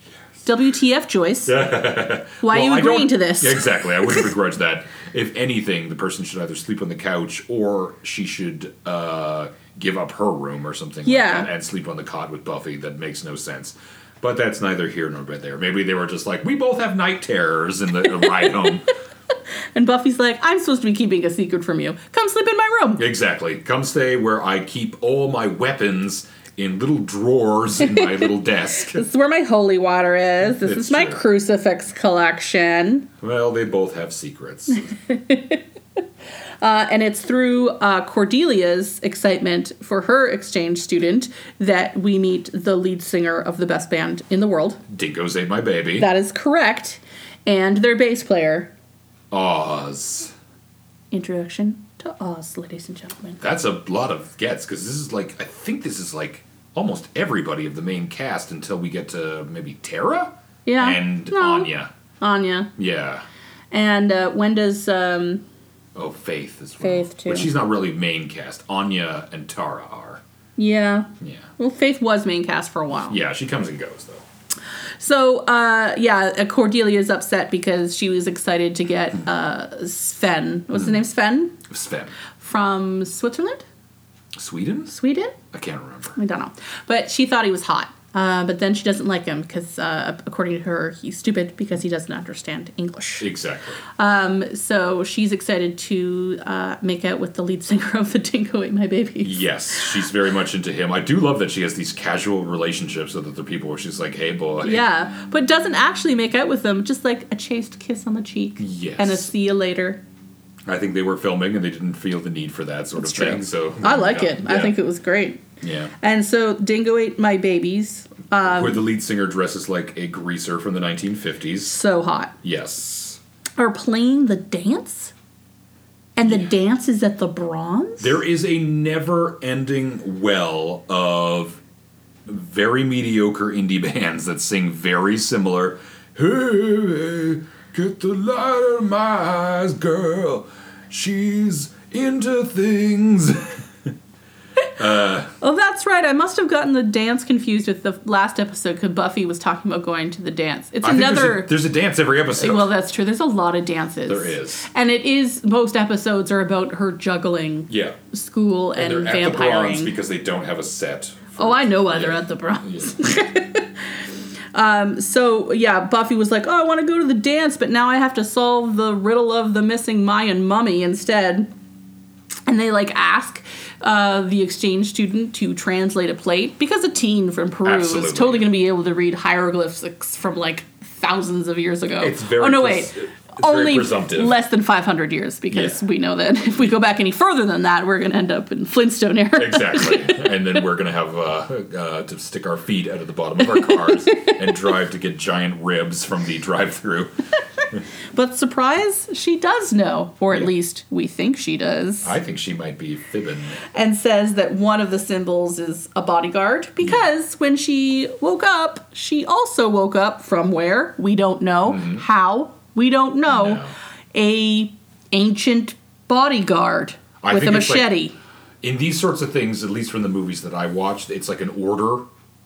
B: WTF Joyce. Why
A: Well,
B: are
A: I
B: you agreeing
A: don't-
B: to this?
A: Yeah, exactly. I wouldn't begrudge that. If anything, the person should either sleep on the couch or she should uh, give up her room or something
B: Yeah.
A: like that and sleep on the cot with Buffy. That makes no sense. But that's neither here nor there. Maybe they were just like, we both have night terrors in the the ride home.
B: And Buffy's like, I'm supposed to be keeping a secret from you. Come sleep in my room.
A: Exactly. Come stay where I keep all my weapons in little drawers in my little desk.
B: This is where my holy water is. This
A: It's
B: is my
A: true.
B: crucifix collection.
A: Well, they both have secrets.
B: Uh, and it's through uh, Cordelia's excitement for her exchange student that we meet the lead singer of the best band in the world.
A: Dingoes ate my baby.
B: That is correct. And their bass player.
A: Oz.
B: Introduction to Oz, ladies and gentlemen.
A: That's a lot of gets because this is like I think this is like almost everybody of the main cast until we get to maybe Tara
B: Yeah.
A: and
B: No.
A: Anya.
B: Anya.
A: Yeah.
B: And uh, when does um,
A: Oh, Faith as well.
B: Faith, too.
A: But she's not really main cast. Anya and Tara are.
B: yeah.
A: Yeah.
B: Well, Faith was main cast for a while.
A: Yeah, she comes and goes though.
B: So, uh, yeah, Cordelia is upset because she was excited to get uh, Sven. What's his name? Sven
A: Sven.
B: from Switzerland,
A: Sweden?
B: Sweden.
A: I can't remember.
B: I don't know, but she thought he was hot. Uh, but then she doesn't like him because, uh, according to her, he's stupid because he doesn't understand English.
A: Exactly.
B: Um, so she's excited to uh, make out with the lead singer of the Dingo Ate My Baby.
A: Yes, she's very much into him. I do love that she has these casual relationships with other people where she's like, hey, boy.
B: Yeah, but doesn't actually make out with them, just like a chaste kiss on the cheek
A: Yes.
B: and a see you later.
A: I think they were filming and they didn't feel the need for that sort
B: It's
A: of
B: true.
A: thing. So
B: I like
A: yeah,
B: it.
A: yeah,
B: I think it was great.
A: yeah.
B: And so Dingo ate my babies.
A: Where the lead singer dresses like a greaser from the 1950s.
B: So hot.
A: Yes,
B: Are playing the dance? And the dance is at the bronze?
A: there is a never-ending well of very mediocre indie bands that sing very similar. Hey, get the light out of my eyes, girl. She's into things.
B: oh, that's right. I must have gotten the dance confused with the last episode because Buffy was talking about going to the dance. It's
A: I think there's a-
B: another.
A: there's, a, dance every episode.
B: well, that's true. There's a lot of dances.
A: There is.
B: And it is, most episodes are about her juggling
A: yeah,
B: school and,
A: they're at the bronze
B: vampiring.
A: because they don't have a set.
B: oh, I know why they're
A: Yeah.
B: at the bronze.
A: Yeah.
B: So yeah, Buffy was like, "Oh, I want to go to the dance, but now I have to solve the riddle of the missing Mayan mummy instead." And they like ask uh, the exchange student to translate a plate because a teen from Peru
A: Absolutely.
B: is totally going to be able to read hieroglyphics from like thousands of years ago.
A: It's very
B: oh no,
A: pres-
B: wait.
A: it's very
B: Only
A: presumptive.
B: less than 500 years because
A: Yeah.
B: we know that if we go back any further than that, we're going to end up in Flintstone era.
A: Exactly. and then we're going to have uh, uh, to stick our feet out of the bottom of our cars and drive to get giant ribs from the drive through.
B: But surprise, she does know, or at
A: Yeah.
B: least we think she does.
A: I think she might be fibbing.
B: and says that one of the symbols is a bodyguard because when she woke up, she also woke up from where we don't know how we don't know
A: Mm-hmm. No.
B: a ancient bodyguard
A: I
B: with a
A: think it's like-
B: machete.
A: In these sorts of things, at least from the movies that I watched, it's like an order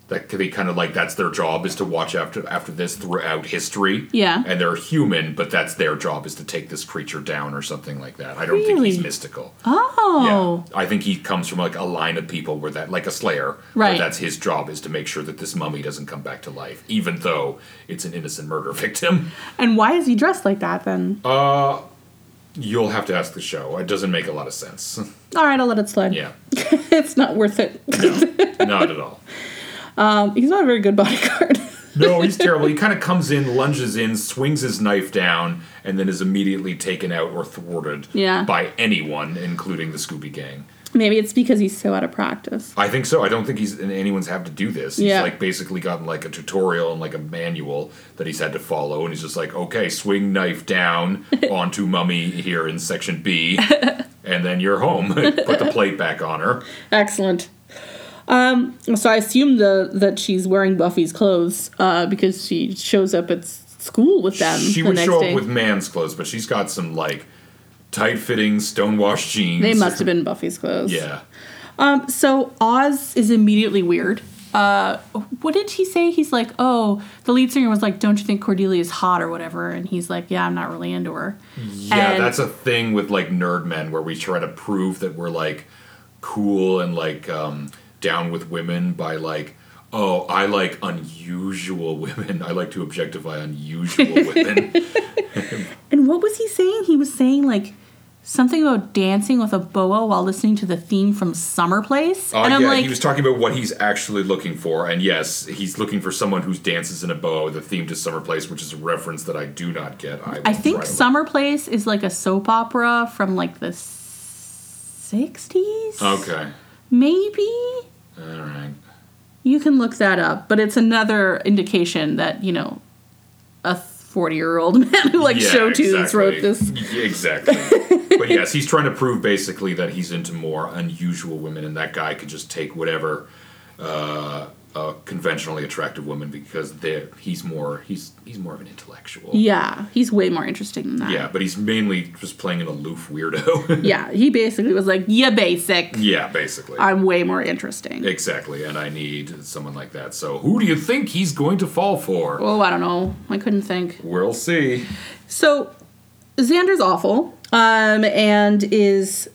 A: that could be kind of like that's their job is to watch after after this throughout history.
B: Yeah.
A: And they're human, but that's their job is to take this creature down or something like that. I don't think
B: Really?
A: he's mystical.
B: oh,
A: Yeah. I think he comes from like a line of people where that like a slayer. where
B: Right.
A: That's his job is to make sure that this mummy doesn't come back to life, even though it's an innocent murder victim.
B: and why is he dressed like that then?
A: Uh, You'll have to ask the show. It doesn't make a lot of sense.
B: All right, I'll let it slide.
A: yeah.
B: it's not worth it.
A: Not at all.
B: Um, he's not a very good bodyguard.
A: No, he's terrible. He kind of comes in, lunges in, swings his knife down, and then is immediately taken out or thwarted
B: Yeah.
A: by anyone, including the Scooby Gang.
B: Maybe it's because he's so out of practice.
A: I think so. I don't think he's anyone's had to do this.
B: Yeah.
A: He's like basically gotten like a tutorial and like a manual that he's had to follow, and he's just like, okay, swing knife down onto mummy here in section B, and then you're home. Put the plate back on her.
B: Excellent. Um, so I assume the that she's wearing Buffy's clothes uh, because she shows up at s- school with them
A: she
B: the
A: would
B: next
A: show
B: day.
A: up with man's clothes, but she's got some like tight-fitting stonewashed jeans.
B: they must have been Buffy's clothes.
A: Yeah.
B: Um, so Oz is immediately weird. Uh, what did he say? He's like, oh, the lead singer was like, don't you think Cordelia is hot or whatever? And he's like, yeah, I'm not really into her.
A: Yeah,
B: And-
A: that's a thing with like nerd men where we try to prove that we're like cool and like um, down with women by like, oh, I like Uh, unusual women. I like to objectify unusual women.
B: And what was he saying? He was saying like something about dancing with a boa while listening to the theme from Summer Place.
A: Uh,
B: and
A: yeah,
B: I'm like,
A: he was talking about what he's actually looking for, and yes, he's looking for someone who dances in a boa with a theme to Summer Place, which is a reference that I do not get. I,
B: I
A: will
B: think
A: try to-
B: Summer Place is like a soap opera from like the 60s.
A: Okay,
B: Maybe.
A: all right.
B: You can look that up, but it's another indication that, you know, a 40 year old man who like
A: Yeah,
B: show tunes wrote this.
A: exactly. Y- Exactly. but yes, he's trying to prove basically that he's into more unusual women, and that guy could just take whatever uh, uh, conventionally attractive woman because they're, he's more he's he's more of an intellectual.
B: Yeah, he's way more interesting than that.
A: Yeah, but he's mainly just playing an aloof weirdo.
B: Yeah, he basically was like, yeah, basic.
A: yeah, basically.
B: I'm way more interesting.
A: Exactly, and I need someone like that. So, who do you think he's going to fall for?
B: oh, I don't know. I couldn't think.
A: We'll see.
B: So Xander's awful, um, and is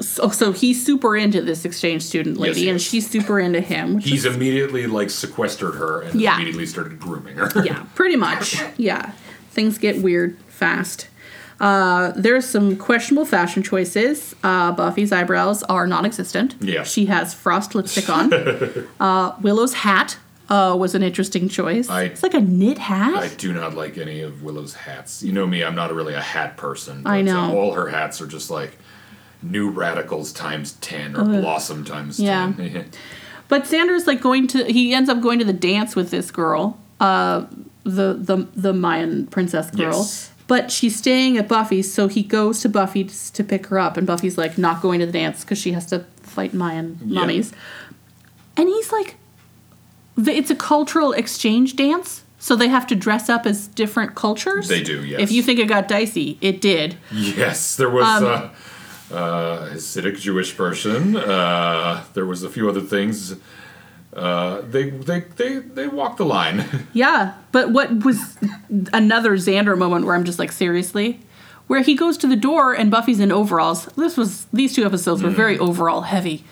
B: so, so he's super into this exchange student lady,
A: he
B: and
A: is.
B: she's super into him. Which
A: He's
B: is,
A: immediately like sequestered her and
B: Yeah.
A: immediately started grooming her.
B: yeah, pretty much. Yeah, things get weird fast. Uh, there's some questionable fashion choices. Uh, Buffy's eyebrows are non-existent.
A: Yeah.
B: she has frost lipstick on. uh, Willow's hat uh, was an interesting choice.
A: I-
B: it's like a knit hat.
A: I do not like any of Willow's hats. You know me; I'm not really a hat person.
B: I
A: but, uh,
B: know.
A: all her hats are just like new radicals times ten or blossom times
B: Yeah.
A: ten.
B: But Xander's like going to he ends up going to the dance with this girl, uh, the the the Mayan princess girl.
A: Yes.
B: But she's staying at Buffy's, so he goes to Buffy's to pick her up, and Buffy's like not going to the dance because she has to fight Mayan
A: Yeah.
B: mummies. And he's like, the, it's a cultural exchange dance, so they have to dress up as different cultures.
A: They do, yes.
B: If you think it got dicey, it did.
A: yes, there was.
B: Um,
A: uh, uh, Hasidic Jewish person. Uh, there was a few other things. Uh, they, they they they walked the line.
B: Yeah, but what was another Xander moment where I'm just like, seriously? Where he goes to the door and Buffy's in overalls. This was these two episodes were
A: Hmm.
B: very overall heavy,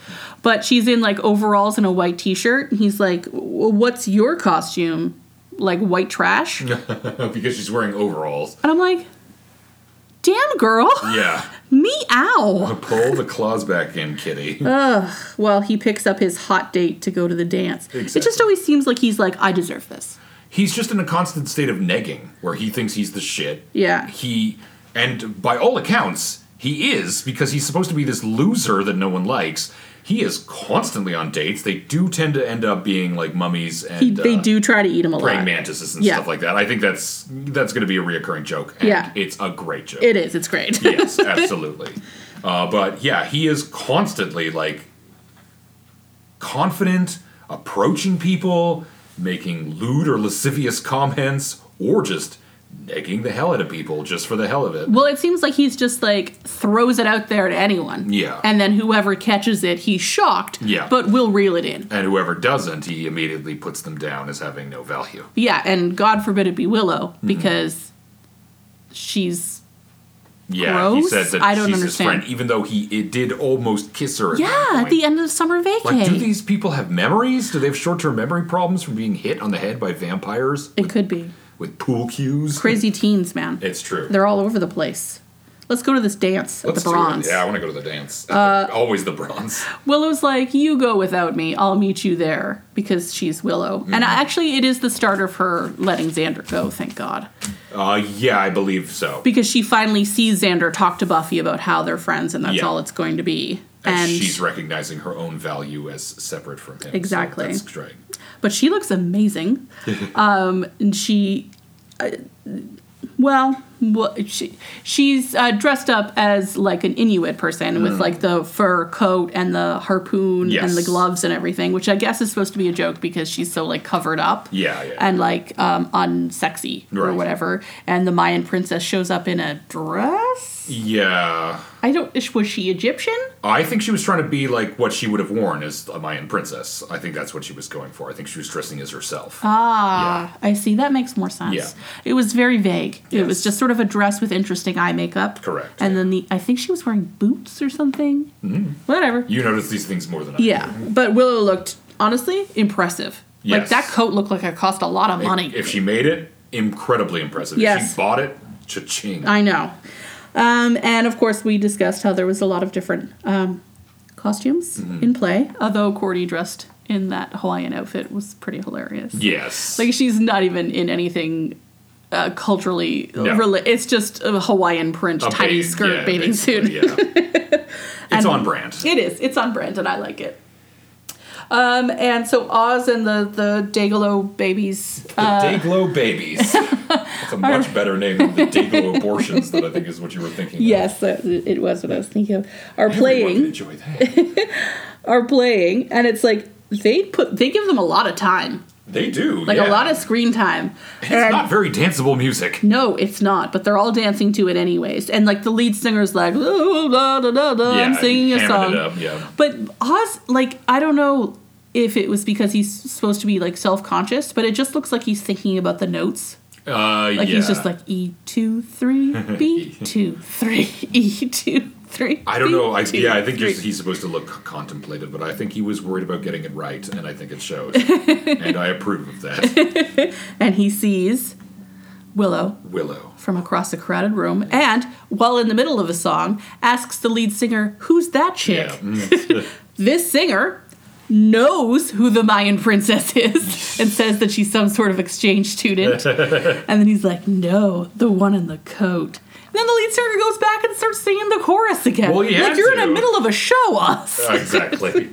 B: but she's in like overalls and a white T-shirt, and he's like, "W- "What's your costume? Like white trash?" And
A: because she's wearing overalls.
B: I'm like, "Damn, girl,
A: Yeah.
B: meow."
A: Pull the claws back in, kitty.
B: Well, he picks up his hot date to go to the dance. It just
A: Exactly.
B: always seems like he's like, "I deserve this."
A: He's just in a constant state of negging where he thinks he's the shit.
B: Yeah.
A: He, and by all accounts, he is because he's supposed to be this loser that no one likes. He is constantly on dates. They do tend to end up being like mummies and
B: He, they
A: uh,
B: do try to eat him alive.
A: praying mantises and
B: Yeah.
A: stuff like that. I think that's that's going to be a reoccurring joke. And
B: Yeah.
A: It's a great joke.
B: It is. It's great.
A: yes, absolutely. Uh, but yeah, he is constantly like confident, approaching people, making lewd or lascivious comments, or just negging the hell out of people just for the hell of it.
B: Well, it seems like he's just like throws it out there to anyone.
A: Yeah.
B: And then whoever catches it, he's shocked.
A: Yeah.
B: But will reel it in.
A: And whoever doesn't, he immediately puts them down as having no value.
B: Yeah, and God forbid it be Willow
A: Mm-hmm.
B: because she's
A: Yeah, he
B: Gross?
A: said that
B: I don't
A: she's his
B: understand.
A: friend, even though he it did almost kiss her. At one
B: yeah
A: point.
B: at the end of summer vacay.
A: Like, do these people have memories? Do they have short-term memory problems from being hit on the head by vampires
B: it could be
A: with pool cues?
B: crazy teens, man.
A: It's true.
B: They're all over the place. Let's go to this dance at
A: Let's
B: the
A: do it.
B: bronze. Uh,
A: Yeah, I want to go to the dance. Always the bronze.
B: Willow's like, you go without me. I'll meet you there because she's Willow.
A: Mm-hmm.
B: And actually, it is the start of her letting Xander go. Thank God.
A: Uh, yeah, I believe so.
B: because she finally sees Xander talk to Buffy about how they're friends and that's
A: Yeah.
B: all it's going to be.
A: and
B: And
A: she's recognizing her own value as separate from him. So
B: Exactly.
A: that's right.
B: but she looks amazing. um, and she, uh, well, wha- she she's uh, dressed up as like an Inuit person with like the fur coat and the harpoon
A: Mm. Yes.
B: and the gloves and everything, which I guess is supposed to be a joke because she's so like covered up.
A: Yeah, yeah.
B: And like um, unsexy or
A: Right.
B: whatever, and the Mayan princess shows up in a dress.
A: Yeah.
B: I don't. is- Was she Egyptian?
A: I think she was trying to be like what she would have worn as a Mayan princess. I think that's what she was going for. I think she was dressing as herself.
B: Ah, I see. That makes more sense.
A: Yeah.
B: It was very vague. It was
A: Yes.
B: just sort of a dress with interesting eye makeup.
A: Correct,
B: And
A: yeah.
B: then the I think she was wearing boots or something.
A: Mm-hmm.
B: Whatever.
A: you notice these things more than I. do.
B: yeah, but Willow looked honestly impressive. Like
A: Yes.
B: that coat looked like it cost a lot of money.
A: If she made it, incredibly impressive. If
B: Yes.
A: she bought it, Cha-ching.
B: I know. Um, and of course, we discussed how there was a lot of different um, costumes
A: Mm-hmm.
B: in play. Although Cordy dressed in that Hawaiian outfit was pretty hilarious.
A: yes.
B: Like she's not even in anything uh, culturally
A: No.
B: rela- It's just a Hawaiian print,
A: A
B: tiny
A: bathing-
B: skirt,
A: yeah,
B: bathing suit.
A: basically, Yeah. it's
B: And-
A: on brand.
B: It is. It's on brand, and I like it. Um, and so Oz and the the Dayglow babies.
A: The Dayglow Babies. That's a much better name than the Dayglow Abortions that I think is what you were thinking. of.
B: Yes, that- it was what I was thinking of. Are
A: Everyone can
B: playing,
A: enjoy that.
B: are playing, and it's like they put they give them a lot of time,
A: They do.
B: like
A: yeah.
B: a lot of screen time.
A: It's not very danceable music.
B: No, it's not. But they're all dancing to it anyways, and like the lead singer's like, "Ooh, la, da, da, da, I'm
A: Yeah,
B: singing a
A: hamming
B: song.
A: It up, yeah.
B: But Oz, like, I don't know if it was because he's supposed to be like self conscious, but it just looks like he's thinking about the notes.
A: Uh,
B: Like
A: yeah.
B: he's just like E two three B two three E two three.
A: I don't know. I,
B: B, two,
A: yeah, I think
B: three.
A: he's, he's supposed to look contemplative, but I think he was worried about getting it right, and I think it shows. and I approve of that.
B: and he sees Willow
A: Willow.
B: from across a crowded room, and while in the middle of a song, asks the lead singer, "Who's that chick?"
A: Yeah. mm.
B: This singer knows who the Mayan princess is and says that she's some sort of exchange student. and then he's like, "No, the one in the coat." And then the lead singer goes back and starts singing the chorus again.
A: Well, you
B: like
A: have
B: you're in
A: to.
B: the middle of a show, us.
A: Uh, exactly.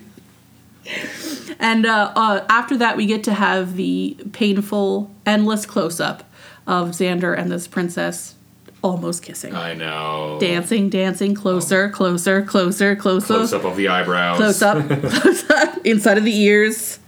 B: And uh, uh, after that, we get to have the painful, endless close up of Xander and this princess almost kissing.
A: I know.
B: dancing, dancing,
A: um,
B: closer, closer, closer, closer.
A: Close up of the eyebrows.
B: Close up, close up, inside of the ears.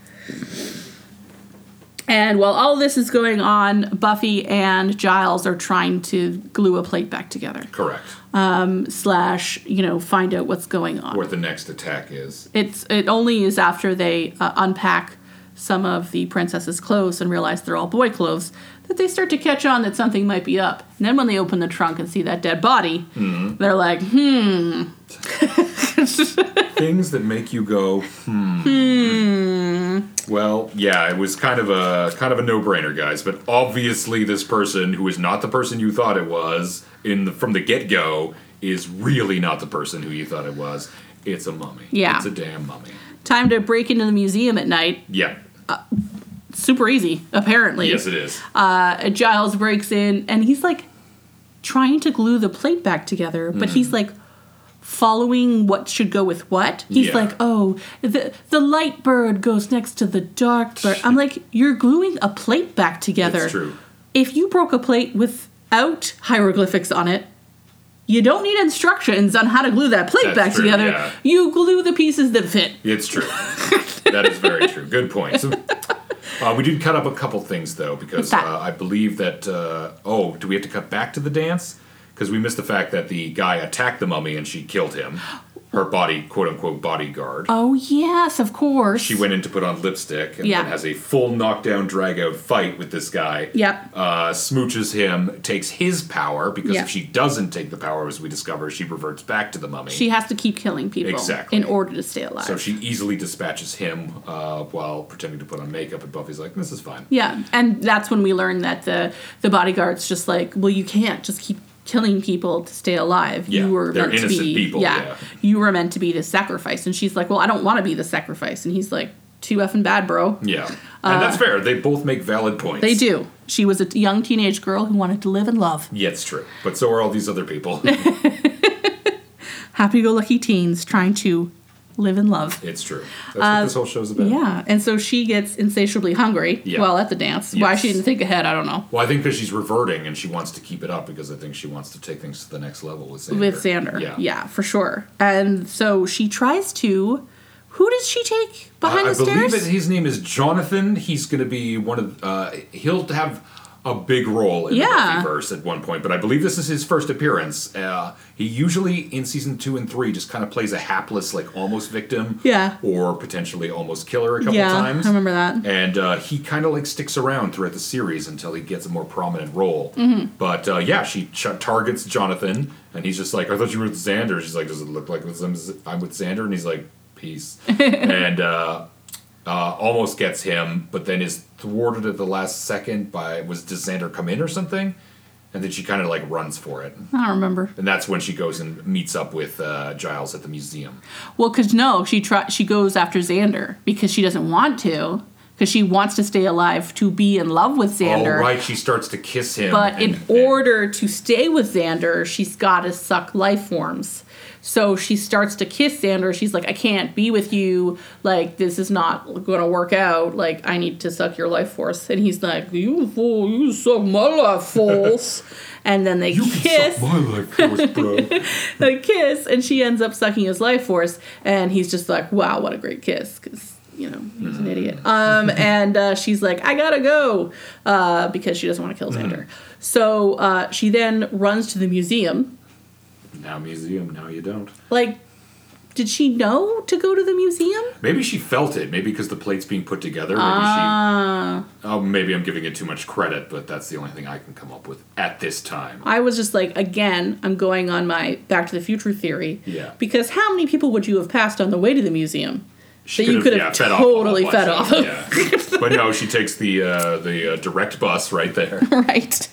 B: And while all this is going on, Buffy and Giles are trying to glue a plate back together,
A: Correct.
B: Uh, slash, you know, find out what's going on.
A: Where the next attack is.
B: It's it only is after they uh, unpack some of the princess's clothes and realize they're all boy clothes that they start to catch on that something might be up. And then when they open the trunk and see that dead body,
A: Mm-hmm.
B: they're like, hmm,
A: Things that make you go, hmm. Well, yeah, it was kind of a kind of a no-brainer, guys. But obviously, this person who is not the person you thought it was in the, from the get-go is really not the person who you thought it was. It's a mummy.
B: Yeah.
A: it's a damn mummy.
B: time to break into the museum at night.
A: Yeah,
B: Super easy, apparently.
A: yes, it is.
B: Uh, Giles breaks in and he's like trying to glue the plate back together,
A: Mm.
B: but he's like following what should go with what. He's
A: Yeah.
B: like, oh, the the light bird goes next to the dark bird. I'm like, you're gluing a plate back together.
A: It's true.
B: If you broke a plate without hieroglyphics on it, you don't need instructions on how to glue that plate
A: That's
B: back
A: true,
B: together.
A: yeah.
B: You glue the pieces that fit.
A: It's true. that is very true. Good point. So, uh, we did cut up a couple things though,
B: What's
A: because
B: that?
A: uh, I believe that. Uh, oh, do we have to cut back to the dance? Because we missed the fact that the guy attacked the mummy and she killed him. Her body, quote unquote, bodyguard.
B: Oh yes, of course.
A: She went in to put on lipstick and
B: Yeah.
A: then has a full knockdown, drag out fight with this guy.
B: Yep.
A: Uh, smooches him, takes his power because
B: Yeah.
A: if she doesn't take the power, as we discover, she reverts back to the mummy.
B: She has to keep killing people
A: Exactly.
B: in order to stay alive.
A: So she easily dispatches him uh, while pretending to put on makeup, and Buffy's like, "This is fine."
B: yeah, and that's when we learn that the the bodyguard's just like, well, you can't just keep killing people to stay alive.
A: Yeah,
B: you were
A: they're
B: meant to
A: innocent
B: be
A: people,
B: yeah,
A: yeah.
B: you were meant to be the sacrifice. And she's like, well, I don't want to be the sacrifice. And he's like, too effing bad, bro.
A: Yeah, and that's fair. They both make valid points.
B: Uh, They do. She was a young teenage girl who wanted to live and love.
A: Yeah, it's true. But so are all these other people.
B: Happy-go-lucky teens trying to live and love.
A: it's true. That's what this whole show's about.
B: Yeah, and so she gets insatiably hungry
A: Yeah.
B: while at the dance. Why
A: Yes.
B: she didn't think ahead, I don't know.
A: Well, I think because she's reverting and she wants to keep it up because I think she wants to take things to the next level with Xander.
B: with Xander.
A: Yeah.
B: Yeah. for sure. And so she tries to. Who does she take
A: I,
B: behind
A: I
B: the
A: believe
B: stairs?
A: that his name is Jonathan. He's going to be one of. Uh, he'll have a big role in
B: Yeah.
A: the multiverse at one point, but I believe this is his first appearance. Uh, he usually in season two and three just kind of plays a hapless, like almost victim,
B: Yeah.
A: or potentially almost killer a couple
B: yeah,
A: times.
B: I remember that.
A: And uh, he kind of like sticks around throughout the series until he gets a more prominent role.
B: Mm-hmm.
A: But uh, yeah, she ch- targets Jonathan, and he's just like, "I thought you were with Xander." She's like, "Does it look like with some- I'm with Xander?" And he's like, "Peace." and uh, uh, almost gets him, but then is thwarted at the last second by was does Xander come in or something? and then she kind of like runs for it,
B: I don't remember.
A: and that's when she goes and meets up with uh, Giles at the museum.
B: Well, because no, she try she goes after Xander because she doesn't want to, because she wants to stay alive to be in love with Xander.
A: Oh, right, she starts to kiss him,
B: But in
A: and- and-
B: order to stay with Xander, she's got to suck life forms. So she starts to kiss Xander. She's like, I can't be with you. Like, this is not going to work out. Like, I need to suck your life force. And he's like, You fool, you suck my life force. and then they kiss.
A: my life force, bro.
B: They kiss. And she ends up sucking his life force. And he's just like, Wow, what a great kiss. Because, you know, he's an idiot. Um, and uh, she's like, I gotta go. Uh, because she doesn't want to kill Xander. So uh, she then runs to the museum.
A: now museum, now you don't.
B: Like, did she know to go to the museum?
A: Maybe she felt it. Maybe because the plate's being put together. Maybe
B: Ah,
A: she, oh, maybe I'm giving it too much credit, but that's the only thing I can come up with at this time.
B: I was just like, again, I'm going on my Back to the Future theory.
A: Yeah.
B: Because how many people would you have passed on the way to the museum?
A: She
B: that you could have
A: fed off
B: totally
A: all of
B: fed
A: us,
B: off of.
A: yeah. but no, she takes the uh, the uh, direct bus right there.
B: Right.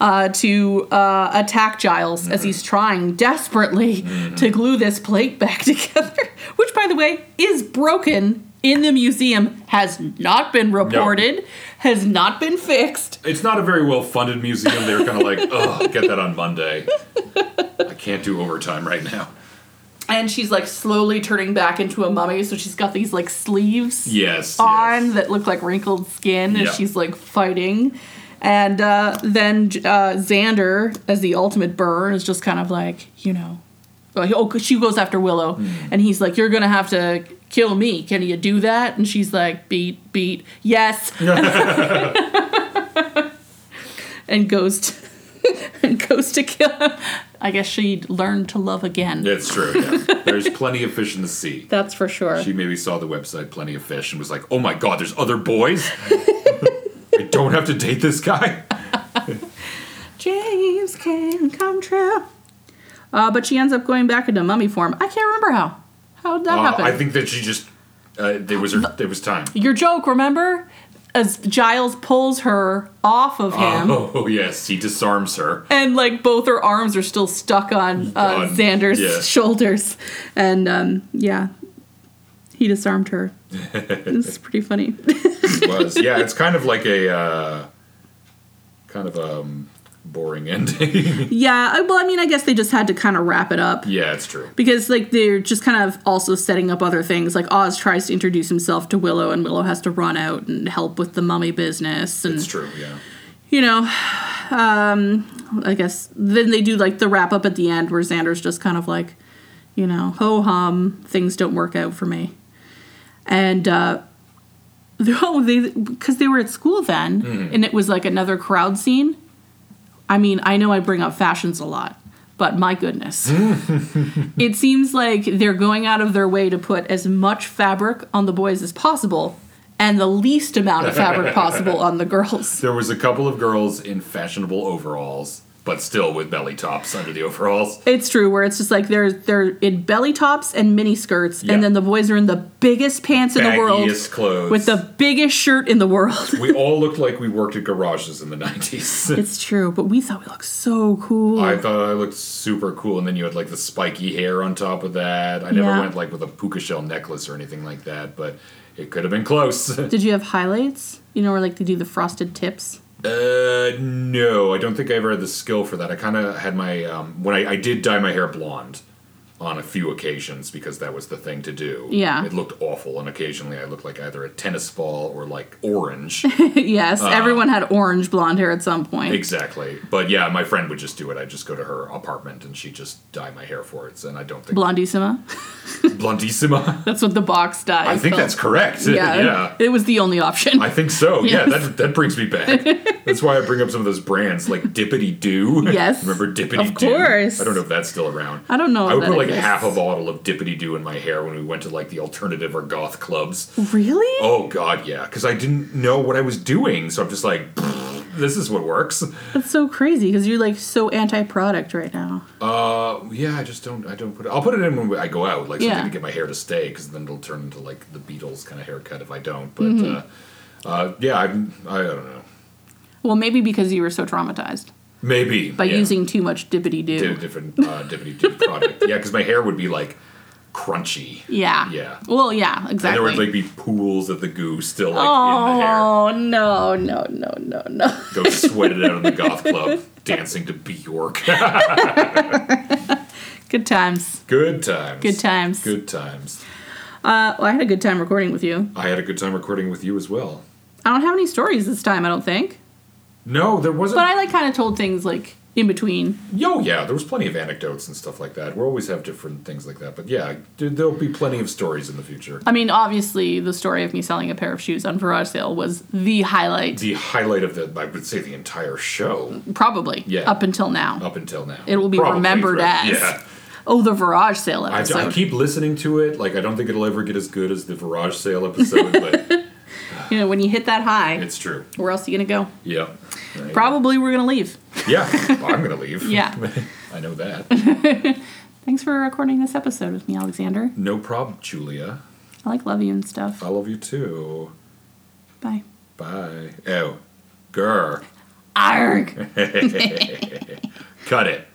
B: Uh, to uh, attack Giles as he's trying desperately to glue this plate back together, which, by the way, is broken in the museum, has not been reported, has not been fixed.
A: It's not a very well funded museum. They're kind of like, oh, get that on Monday. I can't do overtime right now.
B: and she's like slowly turning back into a mummy so she's got these like sleeves
A: Yes.
B: on
A: yes.
B: that look like wrinkled skin
A: Yeah.
B: as she's like fighting and uh, then uh, xander as the ultimate burr is just kind of like you know like, oh 'cause she goes after willow
A: Hmm.
B: and he's like you're gonna have to kill me can you do that and she's like beat beat yes and goes to and goes to kill him i guess she learned to love again
A: It's true. Yeah. There's plenty of fish in the sea.
B: that's for sure
A: She maybe saw the website Plenty of Fish and was like, oh my god, there's other boys? I don't have to date this guy?
B: James can come true. Uh, but she ends up going back into mummy form. I can't remember how. How did that
A: Uh,
B: happen?
A: I think that she just, uh, there was her, there was time.
B: Your joke, remember? As Giles pulls her off of him,
A: Oh, yes, he disarms her.
B: and like both her arms are still stuck on uh,
A: On-
B: Xander's
A: yeah.
B: shoulders, and um, yeah, he disarmed her. it's pretty funny.
A: was. Yeah, it's kind of like a uh, kind of um boring ending.
B: yeah, I- well, I mean, I guess they just had to kind of wrap it up.
A: yeah, it's true.
B: because like they're just kind of also setting up other things like oz tries to introduce himself to willow and willow has to run out and help with the mummy business and
A: It's true. Yeah.
B: you know um i guess then they do like the wrap up at the end where xander's just kind of like you know ho hum things don't work out for me and uh oh they because they were at school then and it was like another crowd scene i mean i know i bring up fashions a lot but my goodness it seems like they're going out of their way to put as much fabric on the boys as possible and the least amount of fabric possible on the girls
A: There was a couple of girls in fashionable overalls, but still with belly tops under the overalls.
B: It's true, where it's just like they're they're in belly tops and mini skirts,
A: Yeah.
B: and then the boys are in the biggest pants in the world
A: Baggiest clothes.
B: with the biggest shirt in the world.
A: we all looked like we worked at garages in the nineties.
B: it's true, but we thought we looked so cool.
A: I thought I looked super cool, and then you had like the spiky hair on top of that. I never
B: Yeah.
A: went like with a puka shell necklace or anything like that, but it could have been close.
B: Did you have highlights? You know, where like they do the frosted tips.
A: Uh, no, I don't think I ever had the skill for that. I kind of had my um, when I, I did dye my hair blonde on a few occasions because that was the thing to do.
B: Yeah.
A: it looked awful, and occasionally I looked like either a tennis ball or like orange.
B: yes,
A: Uh-huh.
B: everyone had orange blonde hair at some point.
A: exactly, but yeah, my friend would just do it. I'd just go to her apartment and she just dye my hair for it, and I don't think
B: Blondissima.
A: blondissima.
B: That's what the box dye.
A: I
B: is
A: think
B: called.
A: that's correct.
B: Yeah,
A: yeah.
B: It was the only option.
A: I think so. Yeah,
B: Yes.
A: that that brings me back. That's why I bring up some of those brands like Dippity Doo.
B: Yes.
A: remember Dippity
B: Of
A: Doo?
B: course.
A: I don't know if that's still around.
B: I don't know
A: I
B: if
A: would
B: that
A: put like
B: exists.
A: half a bottle of Dippity Doo in my hair when we went to like the alternative or goth clubs.
B: really?
A: Oh God, yeah, because I didn't know what I was doing, so I'm just like. This is what works.
B: That's so crazy because you're like so anti-product right now.
A: Uh, yeah, I just don't. I don't put it. I'll put it in when I go out, like something
B: Yeah.
A: to get my hair to stay, because then it'll turn into like
B: Mm-hmm.
A: the Beatles kind of haircut if I don't. But uh, uh, yeah, I, I don't know.
B: Well, maybe because you were so traumatized
A: Maybe
B: by
A: yeah.
B: using too much dippity
A: did a
B: doo.
A: different uh, dippity doo product. Yeah, because my hair would be like crunchy.
B: Yeah.
A: Yeah.
B: Well, yeah,
A: And there
B: exactly.
A: would like be pools of the goo still like in the hair.
B: oh no, no, no, no, no.
A: Go sweat it out in the goth club, dancing to Bjork.
B: Good times.
A: good times.
B: Good times.
A: Good times.
B: Uh, well, I had a good time recording with you.
A: I had a good time recording with you as well.
B: I don't have any stories this time. I don't think.
A: No, there wasn't.
B: But I like kind of told things like in between.
A: Yo, yeah, there was plenty of anecdotes and stuff like that. We always have different things like that. But yeah, there- there'll be plenty of stories in the future.
B: I mean, obviously, the story of me selling a pair of shoes on garage sale was the highlight,
A: The highlight of the, I would say, the entire show
B: probably
A: Yeah. Oh.
B: up until now.
A: up until now.
B: It will be
A: Probably
B: remembered
A: for-
B: as.
A: Yeah.
B: Oh, the garage sale
A: I,
B: episode.
A: I keep listening to it. Like, I don't think it'll ever get as good as the Virage Sale episode, but
B: you know, when you hit that high,
A: it's true.
B: where else are you gonna go?
A: Yeah. Right.
B: Probably we're gonna leave.
A: Yeah. Well, I'm going to leave.
B: Yeah.
A: I know that.
B: Thanks for recording this episode with me, Alexander.
A: No problem, Julia.
B: I like love you and stuff.
A: I love you too.
B: Bye.
A: Bye. Oh, grr.
B: Arg.
A: Cut it.